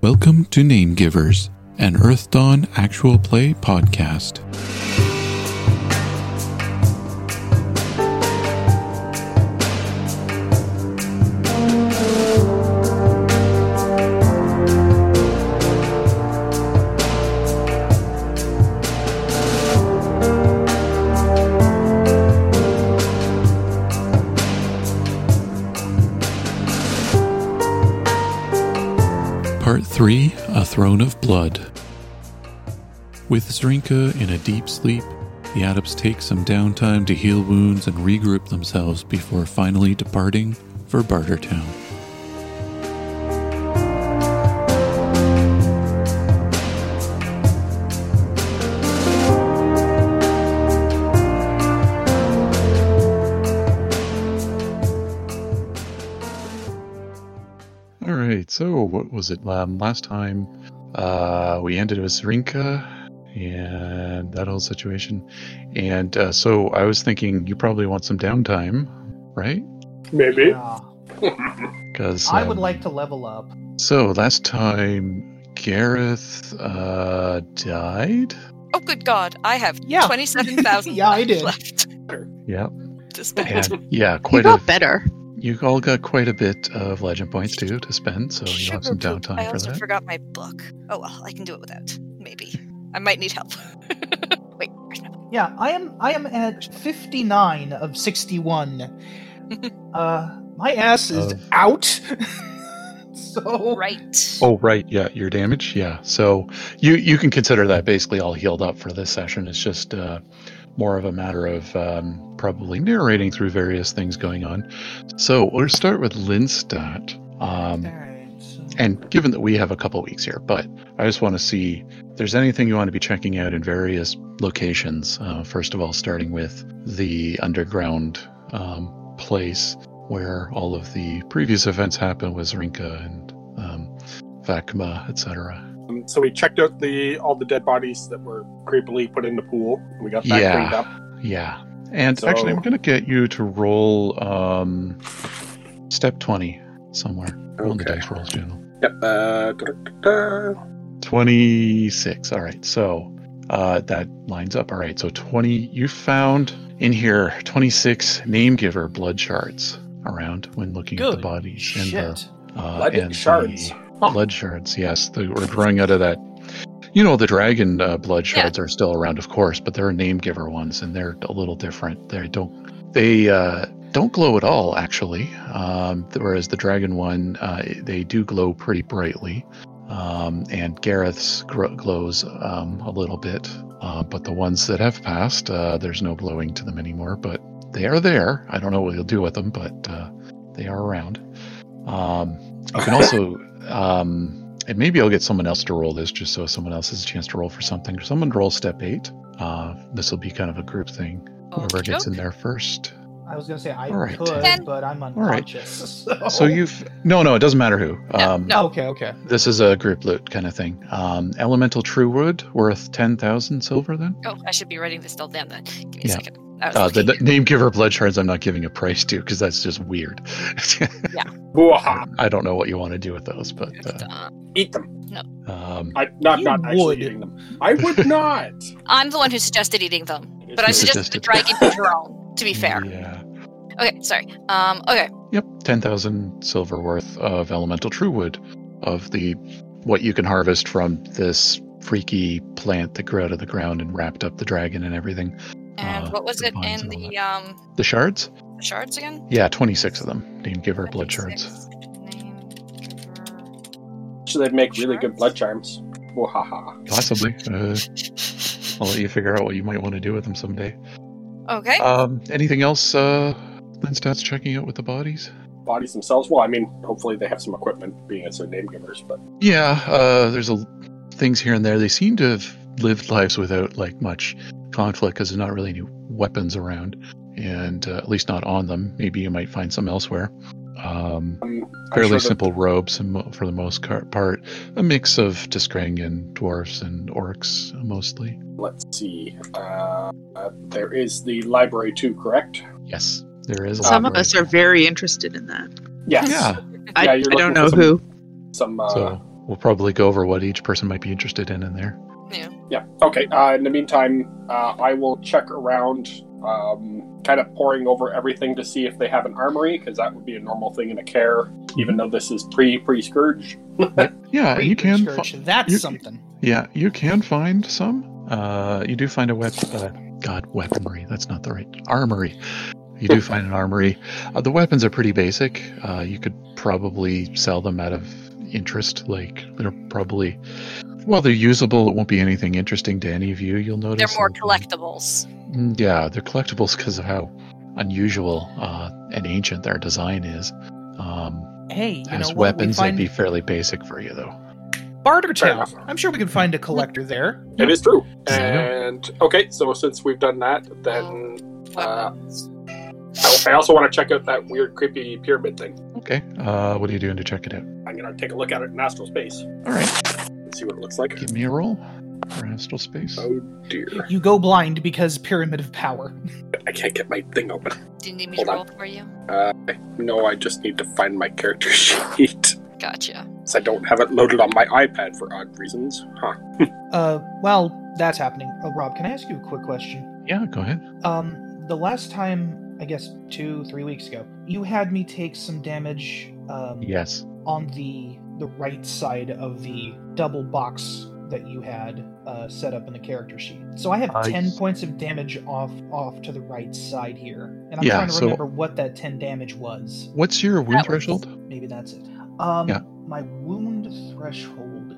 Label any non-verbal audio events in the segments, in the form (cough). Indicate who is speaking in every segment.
Speaker 1: Welcome to Name Givers, an Earth Dawn actual play podcast. Part 3 A Throne of Blood. With Zrinka in a deep sleep, the adepts take some downtime to heal wounds and regroup themselves before finally departing for Bartertown.
Speaker 2: All right. So, what was it um, last time? Uh, we ended with Zrinka and that whole situation. And uh, so, I was thinking you probably want some downtime, right? um,
Speaker 3: Maybe.
Speaker 4: Yeah.
Speaker 2: Because
Speaker 4: I would like to level up.
Speaker 2: So last time, Gareth uh, died.
Speaker 5: Oh, good God. I have
Speaker 4: Yeah. (laughs)
Speaker 5: 27,000
Speaker 4: Yeah, I did.
Speaker 5: left. (laughs)
Speaker 2: Yeah.
Speaker 5: To spend.
Speaker 2: And yeah,
Speaker 6: You
Speaker 2: quite
Speaker 6: got
Speaker 2: a.
Speaker 6: better.
Speaker 2: You all got quite a bit of legend points too to spend, so you will have
Speaker 5: Sugar
Speaker 2: some
Speaker 5: poop. I
Speaker 2: downtime for
Speaker 5: also
Speaker 2: that.
Speaker 5: forgot my book. Oh, well, I can do it without. Maybe. I might need help. Wait.
Speaker 4: Yeah, I am. I am at fifty nine of sixty one. (laughs) uh, my ass is
Speaker 2: Of-
Speaker 4: out. (laughs) so
Speaker 5: (laughs) Right.
Speaker 2: Oh right, yeah, your damage, yeah. So you you can consider that basically all healed up for this session. It's just uh, more of a matter of um, probably narrating through various things going on. So we'll start with Linstat. Um, and given that we have a couple weeks here, but I just want to see if there's anything you want to be checking out in various locations. Uh, first of all, starting with the underground um, place where all of the previous events happened with Rinka and um, Vakma, etc.
Speaker 3: Um, so we checked out the all the dead bodies that were creepily put in the pool. We got that
Speaker 2: Yeah.
Speaker 3: cleaned up.
Speaker 2: Yeah. And
Speaker 3: So-
Speaker 2: actually, I'm going to get you to roll um, step 20 somewhere on the
Speaker 3: Okay.
Speaker 2: dice rolls channel.
Speaker 3: Yep. Uh,
Speaker 2: Uh,
Speaker 3: da-da-da-da.
Speaker 2: 26 all right so uh, that lines up all right so 20 you found in here 26 name giver blood shards around when looking at
Speaker 4: Good
Speaker 2: the bodies and
Speaker 4: shit.
Speaker 2: the uh,
Speaker 3: Blood
Speaker 2: and
Speaker 3: shards.
Speaker 2: the blood shards yes they were growing out of that you know the dragon uh, blood
Speaker 5: Yeah.
Speaker 2: shards are still around of course but they're name giver ones and they're a little different they don't they uh, don't glow at all actually um, whereas the dragon one uh, they do glow pretty brightly um, and Gareth's gro- glows um, a little bit, uh, but the ones that have passed, uh, there's no glowing to them anymore. But they are there. I don't know what you'll do with them, but uh, they are around. Um, you can
Speaker 3: (laughs)
Speaker 2: also, um, and maybe I'll get someone else to roll this, just so someone else has a chance to roll for something. Someone roll step eight. Uh, this will be kind of a group thing. Whoever
Speaker 5: Okey
Speaker 2: gets in
Speaker 5: doke.
Speaker 2: there first.
Speaker 4: I was gonna say I
Speaker 2: All right.
Speaker 4: could,
Speaker 5: Ten.
Speaker 4: but I'm
Speaker 2: right.
Speaker 4: unconscious. (laughs)
Speaker 2: So you've no, no, it doesn't matter who.
Speaker 5: No,
Speaker 2: um,
Speaker 5: no.
Speaker 4: Okay. Okay.
Speaker 2: This is a group loot kind of thing. Um, Elemental True Wood worth 10,000 silver then?
Speaker 5: Oh, I should be writing this all down then. Give me a
Speaker 2: Yeah.
Speaker 5: second. I was
Speaker 2: Uh, the
Speaker 5: looking.
Speaker 2: n- name giver blood shards I'm not giving a price to because that's just weird. (laughs)
Speaker 5: Ah.
Speaker 3: Boo-ha.
Speaker 2: I don't know what you want to do with those, but uh,
Speaker 5: Uh,
Speaker 3: Eat them.
Speaker 2: um,
Speaker 3: I, not
Speaker 4: You
Speaker 3: not actually
Speaker 4: would.
Speaker 3: eating them.
Speaker 2: (laughs)
Speaker 3: I would not.
Speaker 5: I'm the one who suggested eating them, but I
Speaker 2: You suggested.
Speaker 5: suggested the dragon eat her own, to be fair.
Speaker 2: Yeah.
Speaker 5: Okay, sorry. Um, okay.
Speaker 2: Yep. 10,000 silver worth of elemental true wood of the what you can harvest from this freaky plant that grew out of the ground and wrapped up the dragon and everything.
Speaker 5: And
Speaker 2: Uh,
Speaker 5: what was
Speaker 2: the
Speaker 5: it
Speaker 2: vines
Speaker 5: in
Speaker 2: and all
Speaker 5: the um,
Speaker 2: The shards?
Speaker 5: shards again?
Speaker 2: Yeah, 26 of them. Name giver blood shards.
Speaker 5: 26, name, giver.
Speaker 3: So they'd make really good blood charms. Boo-ha-ha.
Speaker 2: Possibly. Uh, I'll let you figure out what you might want to do with them someday.
Speaker 5: Okay.
Speaker 2: Um, anything else? Uh, Linstat's checking out with the bodies.
Speaker 3: Bodies themselves. Well, I mean, hopefully they have some equipment, being as their name givers. But
Speaker 2: Yeah, uh, there's a things here and there. They seem to have lived lives without like much conflict because there's not really any weapons around, and uh, at least not on them. Maybe you might find some elsewhere. Um,
Speaker 3: um, I'm
Speaker 2: fairly
Speaker 3: sure that-
Speaker 2: simple robes, and mo- for the most car- part, a mix of Tiskrang and dwarfs and orcs mostly.
Speaker 3: Let's see. Uh, uh, there is the library too, correct?
Speaker 2: Yes, there is. A
Speaker 6: Some of
Speaker 2: library.
Speaker 6: us are very interested in that.
Speaker 3: Yes.
Speaker 2: Yeah,
Speaker 6: I,
Speaker 3: Yeah,
Speaker 6: I
Speaker 3: you're looking
Speaker 6: don't know
Speaker 3: for
Speaker 6: who.
Speaker 3: Some uh,
Speaker 2: so We'll probably go over what each person might be interested in in there.
Speaker 3: Yeah. Okay. Uh, in the meantime, uh, I will check around, um, kind of poring over everything to see if they have an armory, because that would be a normal thing in a care, even though this is pre pre scourge.
Speaker 2: Yeah, Uh, you can. fi-
Speaker 4: Church, that's
Speaker 2: you-
Speaker 4: something.
Speaker 2: yeah, you can find some. Uh, you do find a weapon. Uh, God, weaponry. That's not the right armory. You do find an armory. Uh, the weapons are pretty basic. Uh, you could probably sell them out of interest. Like they're probably, well, they're usable. It won't be anything interesting to any of you. You'll notice
Speaker 5: They're more
Speaker 2: like,
Speaker 5: collectibles.
Speaker 2: Mm, Yeah, they're collectibles because of how unusual uh, and ancient their design is. Um,
Speaker 4: Hey, you know
Speaker 2: as
Speaker 4: what?
Speaker 2: weapons,
Speaker 4: we
Speaker 2: they'd
Speaker 4: find
Speaker 2: be fairly basic for you, though.
Speaker 4: barter
Speaker 3: Fair
Speaker 4: town.
Speaker 3: enough.
Speaker 4: I'm sure we can find a collector there.
Speaker 3: It is true.
Speaker 2: Yeah.
Speaker 3: And okay, so since we've done that, then
Speaker 4: Uh,
Speaker 5: Weapons.
Speaker 3: I, I also want to check out that weird, creepy pyramid thing.
Speaker 2: Okay. Uh, what are you doing to check it out?
Speaker 3: I'm gonna take a look at it in astral space
Speaker 2: All right.
Speaker 3: and see what it looks like.
Speaker 2: Give me a roll for astral space.
Speaker 3: Oh dear,
Speaker 4: You go blind because pyramid of power.
Speaker 3: I can't get my thing open.
Speaker 5: Do you need me to roll
Speaker 3: Hold
Speaker 5: for you?
Speaker 3: Uh, no, I just need to find my character (laughs) sheet.
Speaker 5: Gotcha.
Speaker 3: 'Cause I don't have it loaded on my iPad for odd reasons. Huh.
Speaker 4: Uh, while that's happening, uh, Rob, can I ask you a quick question?
Speaker 2: Yeah, go ahead.
Speaker 4: Um, the last time, I guess two, three weeks ago, you had me take some damage. Um,
Speaker 2: Yes.
Speaker 4: on the the right side of the double box that you had uh, set up in the character sheet. So I have
Speaker 2: Uh,
Speaker 4: ten
Speaker 2: yes.
Speaker 4: points of damage off off to the right side here, and I'm
Speaker 2: Yeah,
Speaker 4: trying to
Speaker 2: so-
Speaker 4: remember what that ten damage was.
Speaker 2: What's your wound
Speaker 5: That was-
Speaker 2: threshold?
Speaker 4: Maybe that's it. Um,
Speaker 2: Yeah.
Speaker 4: My wound threshold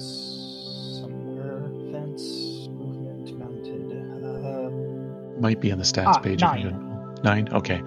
Speaker 4: is somewhere fence movement mounted. Uh,
Speaker 2: Might be on the stats
Speaker 4: Ah,
Speaker 2: page.
Speaker 4: nine.
Speaker 2: If you don't- nine. Okay.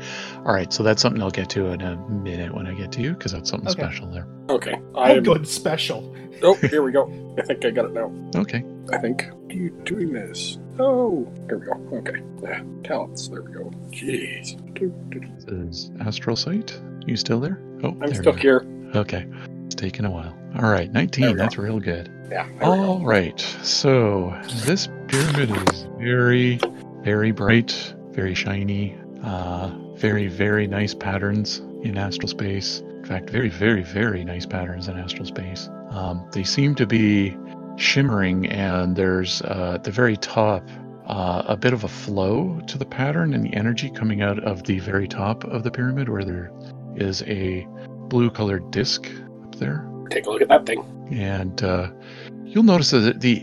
Speaker 2: All right. So that's something I'll get to in a minute when I get to you because that's something
Speaker 4: Okay.
Speaker 2: special there.
Speaker 3: Okay.
Speaker 4: I'm
Speaker 3: I'm.
Speaker 4: oh, good special.
Speaker 3: Oh, here we go. I think I got it now.
Speaker 2: Okay.
Speaker 3: I think. Are you doing this? Oh, here we go. Okay. Yeah, talents. There we go. Jeez.
Speaker 2: This is astral sight. You still there? Oh,
Speaker 3: I'm
Speaker 2: there
Speaker 3: still
Speaker 2: you are.
Speaker 3: here.
Speaker 2: Okay. It's taking a while. All right.
Speaker 3: There
Speaker 2: 19.
Speaker 3: we
Speaker 2: That's real good.
Speaker 3: Yeah. there we go.
Speaker 2: All right. So this pyramid is very, very bright, very shiny, uh, very, very nice patterns in astral space. In fact, very, very, very nice patterns in astral space. Um, they seem to be shimmering, and there's uh, at the very top uh, a bit of a flow to the pattern and the energy coming out of the very top of the pyramid, where there is a blue colored disc up there
Speaker 3: Take a look at that thing.
Speaker 2: and uh, you'll notice that the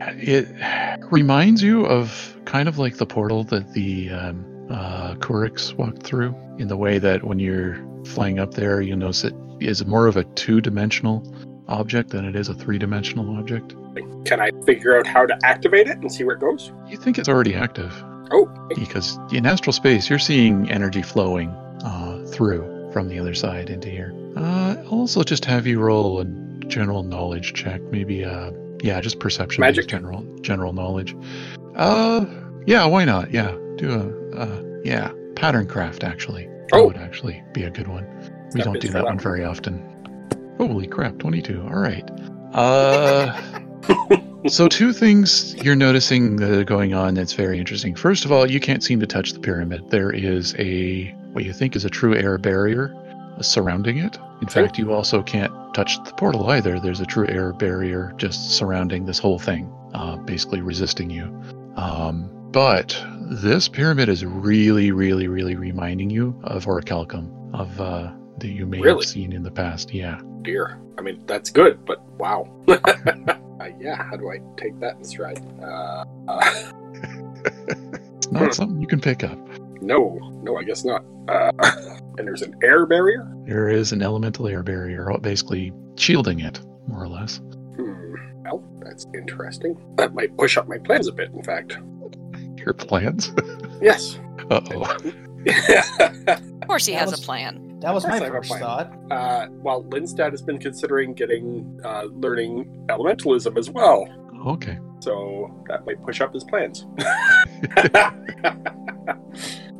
Speaker 2: it reminds you of kind of like the portal that the um, uh, Kurix walked through in the way that when you're flying up there, you'll notice it is more of a two-dimensional object than it is a three-dimensional object.
Speaker 3: Can I figure out how to activate it and see where it goes?
Speaker 2: You think it's already active
Speaker 3: Oh,
Speaker 2: because in astral space you're seeing energy flowing uh, through from the other side into here. Uh, I'll also just have you roll a general knowledge check, maybe. Uh, yeah, just perception. based
Speaker 3: Magic?
Speaker 2: General general knowledge. Uh, yeah, why not? Yeah, do a uh, yeah pattern craft actually. That
Speaker 3: Oh.
Speaker 2: would actually be a good one. We
Speaker 3: Step
Speaker 2: don't
Speaker 3: in
Speaker 2: do
Speaker 3: for
Speaker 2: that
Speaker 3: that
Speaker 2: one
Speaker 3: one.
Speaker 2: very often. Holy crap, twenty-two. All right. Uh. So two things you're noticing that are going on that's very interesting. First of all, you can't seem to touch the pyramid. There is a what you think is a true air barrier surrounding it. In fact, you also can't touch the portal either. There's a true air barrier just surrounding this whole thing, uh, basically resisting you. Um, but this pyramid is really, really, really reminding you of Orichalcum, of uh, that you may
Speaker 3: Really?
Speaker 2: have seen in the past. Yeah.
Speaker 3: dear. I mean, that's good, but wow. (laughs) uh, yeah, how do I take that in stride? Uh, uh, (laughs)
Speaker 2: It's not something you can pick up.
Speaker 3: no, no, I guess not. Uh, (laughs) and there's an air barrier?
Speaker 2: There is an elemental air barrier, basically shielding it, more or less.
Speaker 3: Hmm. Well, that's interesting. That might push up my plans a bit, in fact.
Speaker 2: Your plans? (laughs)
Speaker 3: Yes.
Speaker 2: Uh (laughs) oh.
Speaker 5: Of course, he
Speaker 4: That
Speaker 5: has
Speaker 4: was-
Speaker 5: a plan.
Speaker 4: That was
Speaker 3: Of course
Speaker 4: my
Speaker 3: I have a
Speaker 4: first
Speaker 3: plan.
Speaker 4: thought.
Speaker 3: (laughs) (laughs) uh, well, Lindstad has been considering getting uh, learning elementalism as well,
Speaker 2: Okay.
Speaker 3: so that might push up his plans. (laughs)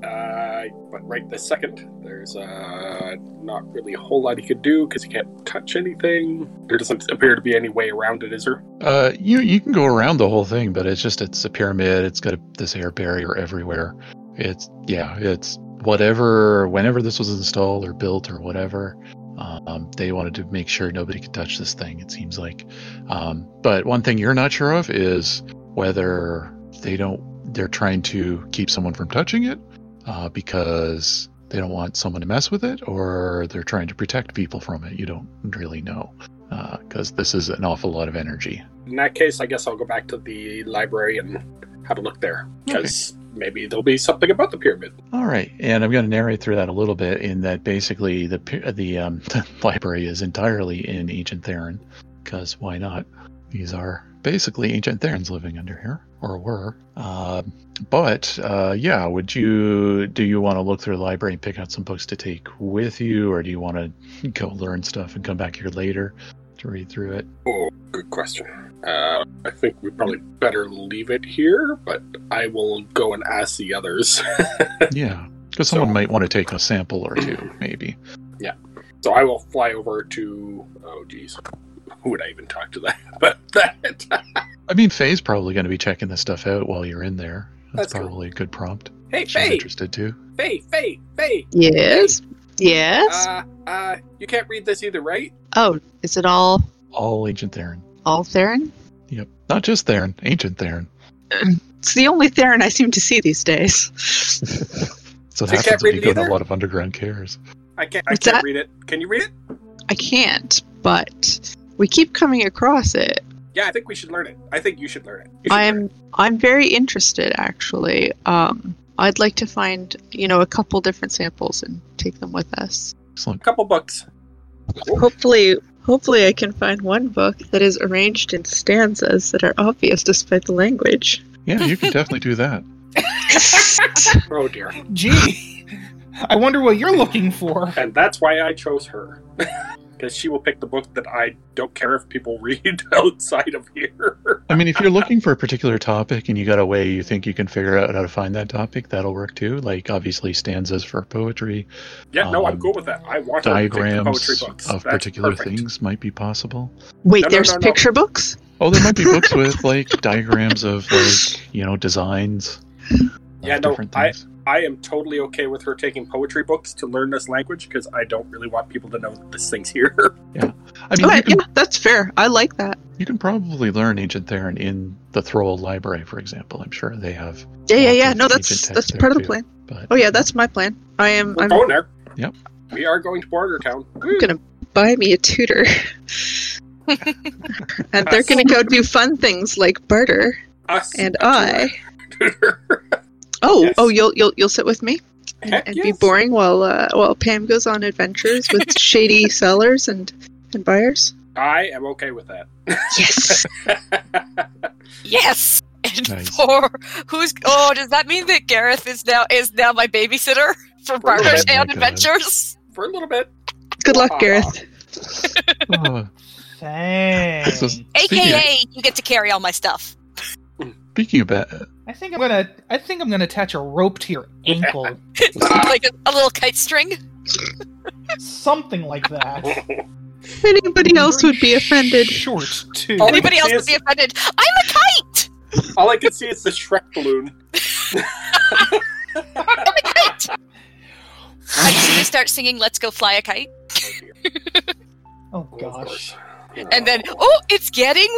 Speaker 3: Uh, but right this second, there's uh, not really a whole lot he could do because he can't touch anything. There doesn't appear to be any way around it, is there?
Speaker 2: Uh, you you can go around the whole thing, but it's just it's a pyramid. It's got a, this air barrier everywhere. It's yeah. It's whatever. Whenever this was installed or built or whatever, uh, Um, they wanted to make sure nobody could touch this thing, it seems like. Um, but one thing you're not sure of is whether they don't, they're trying to keep someone from touching it uh, because they don't want someone to mess with it or they're trying to protect people from it. You don't really know because this is an awful lot of energy.
Speaker 3: In that case, I guess I'll go back to the library and have a look there because maybe there'll be something about the pyramid.
Speaker 2: All right, and I'm going to narrate through that a little bit. In that, basically, the pi- the um, (laughs) library is entirely in ancient Theron, because why not? These are basically ancient Therons living under here, or were. Um but uh, yeah, would you do you want to look through the library and pick out some books to take with you, or do you want to go learn stuff and come back here later to read through it?
Speaker 3: Oh, good question. Uh, I think we probably better leave it here, but I will go and ask the others. (laughs)
Speaker 2: yeah, because someone
Speaker 3: So-
Speaker 2: might want to take a sample or two, maybe.
Speaker 3: So I will fly over to. Oh, geez. Who would I even talk to that (laughs) about that? (laughs)
Speaker 2: I mean, Faye's probably going to be checking this stuff out while you're in there. That's,
Speaker 3: That's cool.
Speaker 2: probably a good prompt.
Speaker 3: hey,
Speaker 2: She's
Speaker 3: Faye!
Speaker 2: interested too.
Speaker 3: Faye! Faye! Faye!
Speaker 6: Yes. Yes.
Speaker 3: Uh, uh, you can't read this either, right?
Speaker 6: oh, is it all
Speaker 2: All ancient Theron.
Speaker 6: all Theron?
Speaker 2: Yep. Not just Theron, ancient Theron.
Speaker 6: It's the only Theron I seem to see these days.
Speaker 2: So it
Speaker 3: You can't
Speaker 2: happens when
Speaker 3: read
Speaker 2: you go
Speaker 3: it
Speaker 2: to a
Speaker 3: either?
Speaker 2: lot of underground cares.
Speaker 3: I can't. I
Speaker 6: What's
Speaker 3: can't
Speaker 6: that?
Speaker 3: read it. Can you read it?
Speaker 6: I can't, but we keep coming across it.
Speaker 3: Yeah, I think we should learn it. I think you should learn it. You should learn it.
Speaker 6: I'm I'm very interested actually. Um, I'd like to find you know a couple different samples and take them with us.
Speaker 2: Excellent.
Speaker 3: a couple books.
Speaker 6: Hopefully, hopefully I can find one book that is arranged in stanzas that are obvious despite the language.
Speaker 2: Yeah, you can definitely do that.
Speaker 3: Oh dear.
Speaker 4: Gee, I wonder what you're looking for.
Speaker 3: And that's why I chose her. (laughs) Because she will pick the book that I don't care if people (laughs) read outside of here.
Speaker 2: I mean, if you're looking for a particular topic and you got a way you think you can figure out how to find that topic, that'll work too. Like, obviously, stanzas for poetry,
Speaker 3: Yeah, no, I'm
Speaker 2: Um,
Speaker 3: cool with that. I want her to pick the poetry
Speaker 2: diagrams
Speaker 3: books.
Speaker 2: of
Speaker 3: That's
Speaker 2: particular
Speaker 3: perfect.
Speaker 2: things might be possible.
Speaker 6: Wait,
Speaker 3: No, no,
Speaker 6: there's
Speaker 3: no, no.
Speaker 6: picture books.
Speaker 2: Oh, there might be books with like diagrams of like you know designs. of
Speaker 3: Yeah, no, I-
Speaker 2: things.
Speaker 3: I am totally okay with her taking poetry books to learn this language because I don't really want people to know that this thing's here. (laughs)
Speaker 2: I mean, you
Speaker 6: Okay,
Speaker 2: can,
Speaker 6: yeah, that's fair. I like that.
Speaker 2: you can probably learn ancient Theron in the Throll Library, for example. I'm sure they have,
Speaker 6: Yeah, yeah,
Speaker 2: Lots
Speaker 6: yeah.
Speaker 2: of
Speaker 6: No,
Speaker 2: ancient
Speaker 6: that's
Speaker 2: text
Speaker 6: that's
Speaker 2: there,
Speaker 6: part of the
Speaker 2: too.
Speaker 6: plan.
Speaker 2: but
Speaker 6: Oh yeah, that's my plan. I am.
Speaker 3: We're
Speaker 6: I'm
Speaker 3: going there.
Speaker 2: Yep.
Speaker 3: We are going to Border Town. Woo.
Speaker 6: gonna buy me a (laughs) tutor. and they're going to go do fun things like barter.
Speaker 3: Us. (laughs)
Speaker 6: And I.
Speaker 3: Tutor.
Speaker 6: Oh,
Speaker 3: Yes.
Speaker 6: oh, you'll you'll you'll sit with me and,
Speaker 3: Heck
Speaker 6: and be
Speaker 3: yes.
Speaker 6: boring while uh, while Pam goes on adventures (laughs) with shady sellers and and buyers.
Speaker 3: I am okay with that.
Speaker 6: (laughs) Yes.
Speaker 5: Yes. (laughs) And
Speaker 2: Nice.
Speaker 5: for who's? Oh, does that mean that Gareth is now is now my babysitter for Barber
Speaker 2: Oh, my
Speaker 5: Town
Speaker 2: God.
Speaker 5: Adventures?
Speaker 3: For a little bit.
Speaker 6: Good luck,
Speaker 3: Aw.
Speaker 6: Gareth.
Speaker 2: uh,
Speaker 4: Thanks. (laughs)
Speaker 2: So-
Speaker 5: AKA, you get to carry all my stuff.
Speaker 2: speaking of ba-
Speaker 4: I think I'm gonna. I think I'm gonna attach a rope to your ankle,
Speaker 5: like a, a little kite string.
Speaker 4: something like that.
Speaker 6: Anybody else would be
Speaker 4: Very
Speaker 6: offended.
Speaker 4: Short too.
Speaker 3: Oh,
Speaker 5: Anybody else would be
Speaker 3: yes.
Speaker 5: offended. I'm a kite.
Speaker 3: All I can see is the Shrek balloon.
Speaker 5: I'm a kite. I'm just gonna start singing "Let's Go Fly a Kite,"
Speaker 4: Oh
Speaker 3: Of
Speaker 4: gosh.
Speaker 3: course.
Speaker 5: and then oh, it's getting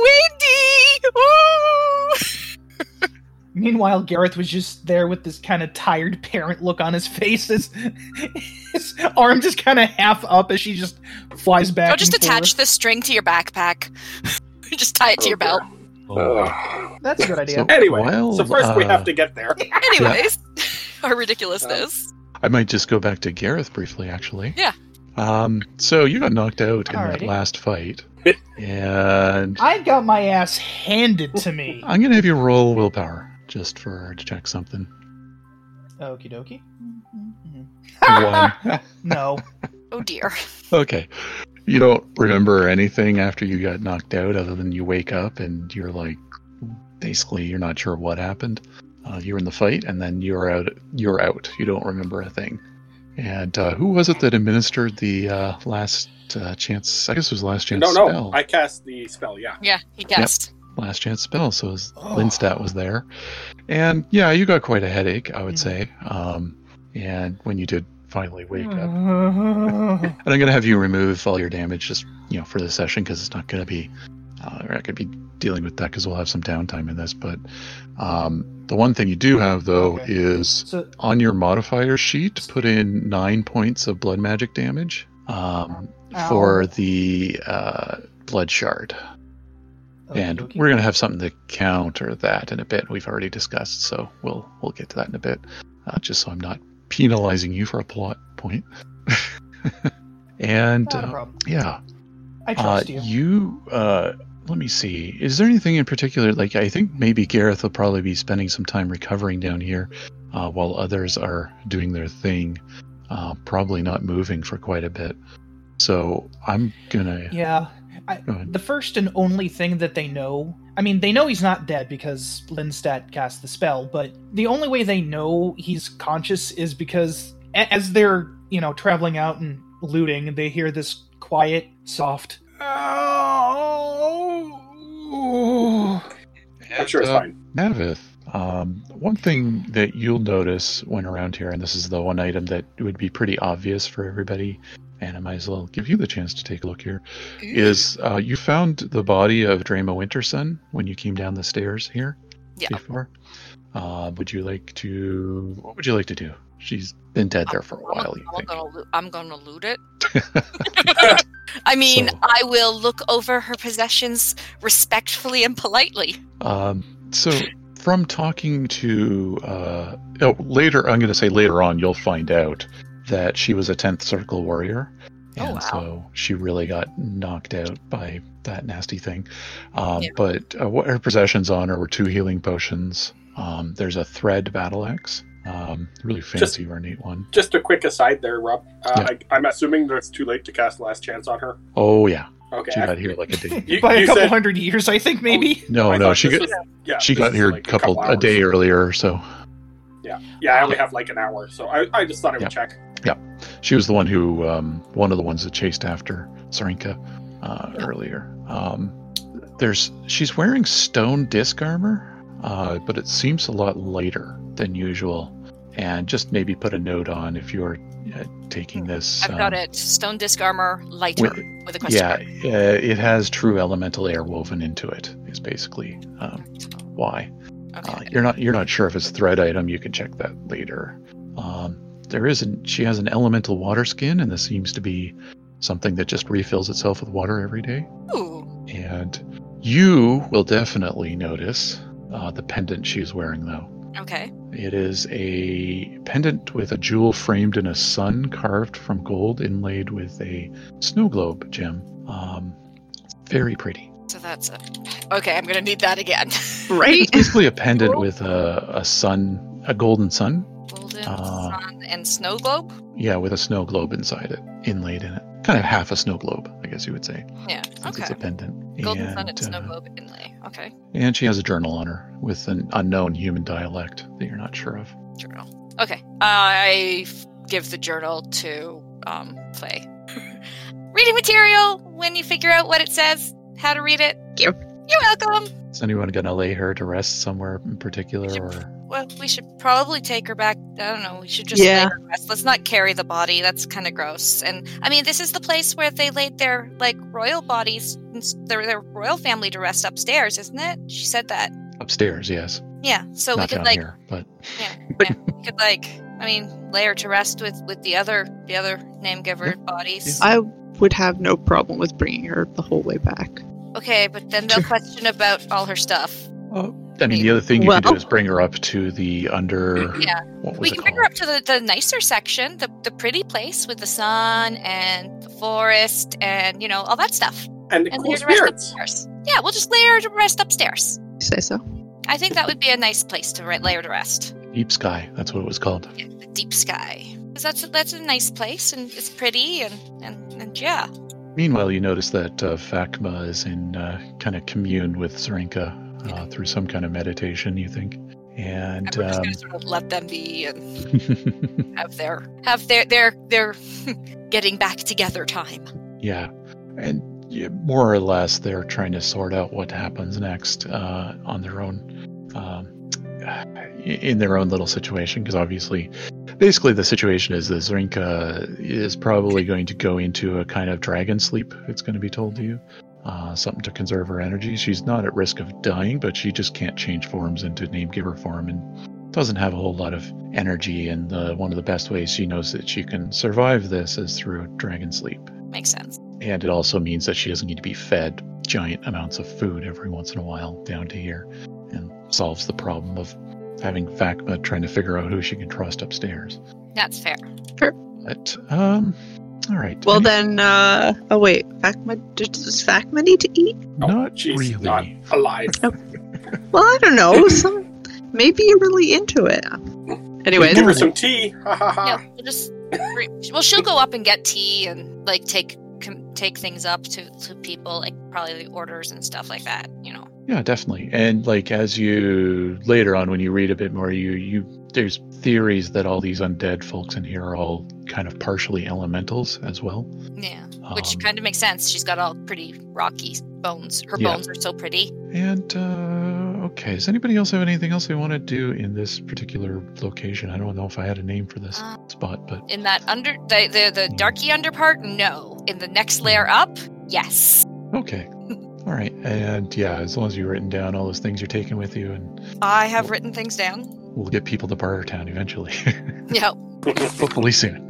Speaker 5: windy. Ooh.
Speaker 4: Meanwhile, Gareth was just there with this kind of tired parent look on his face. His, his arm just kind of half up as she just flies back.
Speaker 5: I'll just
Speaker 4: and
Speaker 5: attach the string to your backpack. (laughs) just tie it to your belt.
Speaker 3: Ugh.
Speaker 4: Forth. That's a good idea.
Speaker 2: So-
Speaker 3: Anyway,
Speaker 2: Well,
Speaker 3: so first we
Speaker 2: uh,
Speaker 3: have to get there.
Speaker 2: (laughs)
Speaker 5: Anyways, (laughs) our ridiculousness.
Speaker 2: I might just go back to Gareth briefly, actually.
Speaker 5: Yeah.
Speaker 2: Um, so you got knocked out in that
Speaker 4: Alrighty.
Speaker 2: last fight, and
Speaker 4: I got my ass handed to me.
Speaker 2: I'm gonna have you roll willpower just for to check something.
Speaker 4: Okie dokie.
Speaker 2: One.
Speaker 4: no.
Speaker 5: oh dear.
Speaker 2: Okay. You don't remember anything after you got knocked out, other than you wake up and you're like, basically, you're not sure what happened. Uh, you were in the fight, and then you're out. You're out. You don't remember a thing. And uh, who was it that administered the uh, last uh, chance? I guess it was last chance
Speaker 3: No, no,
Speaker 2: spell.
Speaker 3: I cast the spell. Yeah,
Speaker 5: Yeah, he guessed.
Speaker 2: last chance spell. So it was,
Speaker 4: Oh.
Speaker 2: Linstat was there, and yeah, you got quite a headache, I would
Speaker 4: Mm.
Speaker 2: say. Um, and when you did finally wake up.
Speaker 4: (laughs)
Speaker 2: And I'm going to have you remove all your damage just, you know, for the session because it's not going to be, uh, we're not going to be dealing with that because we'll have some downtime in this. But um, the one thing you do have, though,
Speaker 4: Okay.
Speaker 2: is
Speaker 4: so
Speaker 2: on your modifier sheet, put in nine points of blood magic damage um,
Speaker 4: Ow.
Speaker 2: for the uh, blood shard.
Speaker 4: oh,
Speaker 2: And
Speaker 4: okey-dokey.
Speaker 2: we're going to have something to counter that in a bit. We've already discussed, so we'll we'll get to that in a bit. Uh, just so I'm not penalizing you for a plot point. (laughs) and
Speaker 4: Not a
Speaker 2: uh,
Speaker 4: problem.
Speaker 2: yeah,
Speaker 4: I
Speaker 2: uh,
Speaker 4: trust you.
Speaker 2: you. Uh, let me see. Is there anything in particular? Like I think maybe Gareth will probably be spending some time recovering down here, uh, while others are doing their thing. Uh, probably not moving for quite a bit. So I'm gonna.
Speaker 4: Yeah. I,
Speaker 2: Go ahead.
Speaker 4: the first and only thing that they know, I mean, they know he's not dead because Lindstad cast the spell, but the only way they know he's conscious is because a- as they're, you know, traveling out and looting, they hear this quiet, soft, (laughs) oh.
Speaker 3: I'm sure it's
Speaker 2: Uh,
Speaker 3: fine.
Speaker 2: Navith, um, one thing that you'll notice when around here, and this is the one item that would be pretty obvious for everybody, and I might as well give you the chance to take a look here, is uh, you found the body of Drama Winterson when you came down the stairs here
Speaker 5: Yeah.
Speaker 2: before. Uh, would you like to? What would you like to do? She's been dead there for a
Speaker 5: I'm,
Speaker 2: while. You
Speaker 5: I'm
Speaker 2: think?
Speaker 5: gonna, loo- I'm gonna
Speaker 2: (laughs)
Speaker 5: loot it. I mean,
Speaker 2: So-
Speaker 5: I will look over her possessions respectfully and politely.
Speaker 2: Um, so, from talking to uh, oh, later, I'm going to say later on, you'll find out that she was a tenth circle warrior,
Speaker 5: Oh,
Speaker 2: and
Speaker 5: wow.
Speaker 2: so she really got knocked out by that nasty thing. Um,
Speaker 5: Yeah.
Speaker 2: But uh, what her possessions on her were two healing potions. Um, there's a thread battle axe, um, really fancy or neat one.
Speaker 3: Just a quick aside there, Rob. Uh,
Speaker 2: Yeah.
Speaker 3: I, I'm assuming that it's too late to cast Last Chance on her.
Speaker 2: Oh yeah,
Speaker 3: Okay.
Speaker 2: she
Speaker 3: I-
Speaker 2: got here like a
Speaker 3: (laughs)
Speaker 2: day.
Speaker 3: You-
Speaker 4: by a
Speaker 3: you
Speaker 4: couple
Speaker 3: said-
Speaker 4: hundred years, I think maybe.
Speaker 2: No,
Speaker 3: I
Speaker 2: no,
Speaker 3: thought
Speaker 2: she
Speaker 3: this
Speaker 2: got
Speaker 3: was- yeah,
Speaker 2: she
Speaker 3: this
Speaker 2: got
Speaker 3: is
Speaker 2: here
Speaker 3: like
Speaker 2: a couple, a
Speaker 3: hours.
Speaker 2: day earlier or so.
Speaker 3: Yeah, I only have like an hour, so I, I just thought I would
Speaker 2: Yeah.
Speaker 3: check.
Speaker 2: She was the one who, um, one of the ones that chased after Sarinka uh, earlier. Um, there's, she's wearing stone disc armor, uh, but it seems a lot lighter than usual. And just maybe put a note on if you're uh, taking this.
Speaker 5: Hmm, I've got
Speaker 2: um,
Speaker 5: it. Stone disc armor, lighter, with a question
Speaker 2: Yeah,
Speaker 5: mark.
Speaker 2: uh, it has true elemental air woven into it. Is basically um, why.
Speaker 5: Okay.
Speaker 2: Uh, you're not you're not sure if it's a thread item. You can check that later. Um, there isn't. She has an elemental water skin, and this seems to be something that just refills itself with water every day.
Speaker 5: Ooh,
Speaker 2: And you will definitely notice uh, the pendant she's wearing, though.
Speaker 5: okay.
Speaker 2: It is a pendant with a jewel framed in a sun carved from gold, inlaid with a snow globe gem. Um, very pretty.
Speaker 5: So that's a. Okay, I'm gonna need that again. (laughs)
Speaker 6: (laughs) Right?
Speaker 2: Basically, a pendant with a, a sun, a golden sun
Speaker 5: Golden
Speaker 2: Uh.
Speaker 5: sun and snow globe.
Speaker 2: Yeah, with a snow globe inside it, inlaid in it. Kind of half a snow globe, I guess you would say,
Speaker 5: Yeah.
Speaker 2: since it's
Speaker 5: Okay.
Speaker 2: a pendant.
Speaker 5: Golden
Speaker 2: and,
Speaker 5: sun and snow
Speaker 2: uh,
Speaker 5: globe inlay. Okay.
Speaker 2: and she has a journal on her with an unknown human dialect that you're not sure of.
Speaker 5: Journal. Okay. I f- give the journal to um Clay. (laughs) Reading material. When you figure out what it says, how to read it.
Speaker 6: Yep.
Speaker 5: You're welcome.
Speaker 2: Is anyone going to lay her to rest somewhere in particular?
Speaker 5: Should-
Speaker 2: Or
Speaker 5: Well, we should probably take her back. I don't know. We should just
Speaker 6: Yeah.
Speaker 5: lay her rest. Let's not carry the body. That's kind of gross. And I mean, this is the place where they laid their like royal bodies, their their royal family to rest upstairs, isn't it? She said that.
Speaker 2: upstairs, yes.
Speaker 5: Yeah. So we
Speaker 2: not
Speaker 5: could
Speaker 2: down
Speaker 5: like
Speaker 2: here, but
Speaker 5: we could like I mean lay her to rest with with the other the other name giver bodies.
Speaker 6: I would have no problem with bringing her the whole way back.
Speaker 5: Okay, but then they'll question about all her stuff.
Speaker 2: Oh, I mean, the other thing you could
Speaker 6: Well-
Speaker 2: do is bring her up to the under.
Speaker 5: (clears throat) Yeah.
Speaker 2: What was
Speaker 5: we
Speaker 2: it
Speaker 5: can
Speaker 2: called?
Speaker 5: bring her up to the, the nicer section, the, the pretty place with the sun and the forest and, you know, all that stuff.
Speaker 3: And,
Speaker 5: And
Speaker 3: cool
Speaker 5: lay her to rest
Speaker 3: spirits.
Speaker 5: upstairs. Yeah, we'll just lay her to rest upstairs.
Speaker 6: You say so?
Speaker 5: I think that would be a nice place to re- lay her to rest.
Speaker 2: Deep Sky. That's what it was called.
Speaker 5: Yeah, the deep sky. 'Cause that's a, that's a nice place and it's pretty and, and, and yeah.
Speaker 2: Meanwhile, you notice that uh, Fakma is in uh, kind of commune with Zarinka uh, through some kind of meditation, you think? And,
Speaker 5: And we're just
Speaker 2: um,
Speaker 5: going to sort of let them be and
Speaker 2: (laughs)
Speaker 5: have their, have their, their, their (laughs) getting back together time.
Speaker 2: yeah. And yeah, more or less, they're trying to sort out what happens next uh, (sighs) on their own, um, in their own little situation, because obviously basically the situation is the Zrinka is probably going to go into a kind of dragon sleep. It's going to be told to you, uh, something to conserve her energy. She's not at risk of dying, but she just can't change forms into name giver form and doesn't have a whole lot of energy. And uh, one of the best ways she knows that she can survive this is through dragon sleep.
Speaker 5: Makes sense.
Speaker 2: And it also means that she doesn't need to be fed giant amounts of food every once in a while down to here and solves the problem of having Vakma trying to figure out who she can trust upstairs.
Speaker 5: That's fair.
Speaker 2: But, um, all right.
Speaker 6: Well,
Speaker 2: Any-
Speaker 6: then, uh, oh wait, Vakma, does Vakma need to eat?
Speaker 3: Oh,
Speaker 2: Not
Speaker 3: she's
Speaker 2: really.
Speaker 3: not alive.
Speaker 6: Well, I don't (clears throat) know. Some, maybe you're really into it. Anyways,
Speaker 3: give her some tea. (laughs) Ha ha ha.
Speaker 5: No, we'll just re- well, she'll go up and get tea and like take com- take things up to to people, like probably the orders and stuff like that. You know.
Speaker 2: Yeah, definitely. And like as you later on, when you read a bit more, you you there's theories that all these undead folks in here are all kind of partially elementals as well.
Speaker 5: Yeah, which
Speaker 2: Um,
Speaker 5: kind of makes sense. She's got all pretty rocky bones. Her
Speaker 2: Yeah.
Speaker 5: bones are so pretty.
Speaker 2: And uh, okay, does anybody else have anything else they want to do in this particular location? I don't know if I had a name for this
Speaker 5: Uh,
Speaker 2: spot, but
Speaker 5: In that under the the, the darky under part, no. In the next layer up, yes.
Speaker 2: okay. All right, and yeah, as long as you've written down all those things you're taking with you, and
Speaker 5: I have written things down.
Speaker 2: we'll get people to Barter Town eventually, (laughs)
Speaker 5: Yeah,
Speaker 2: hopefully soon.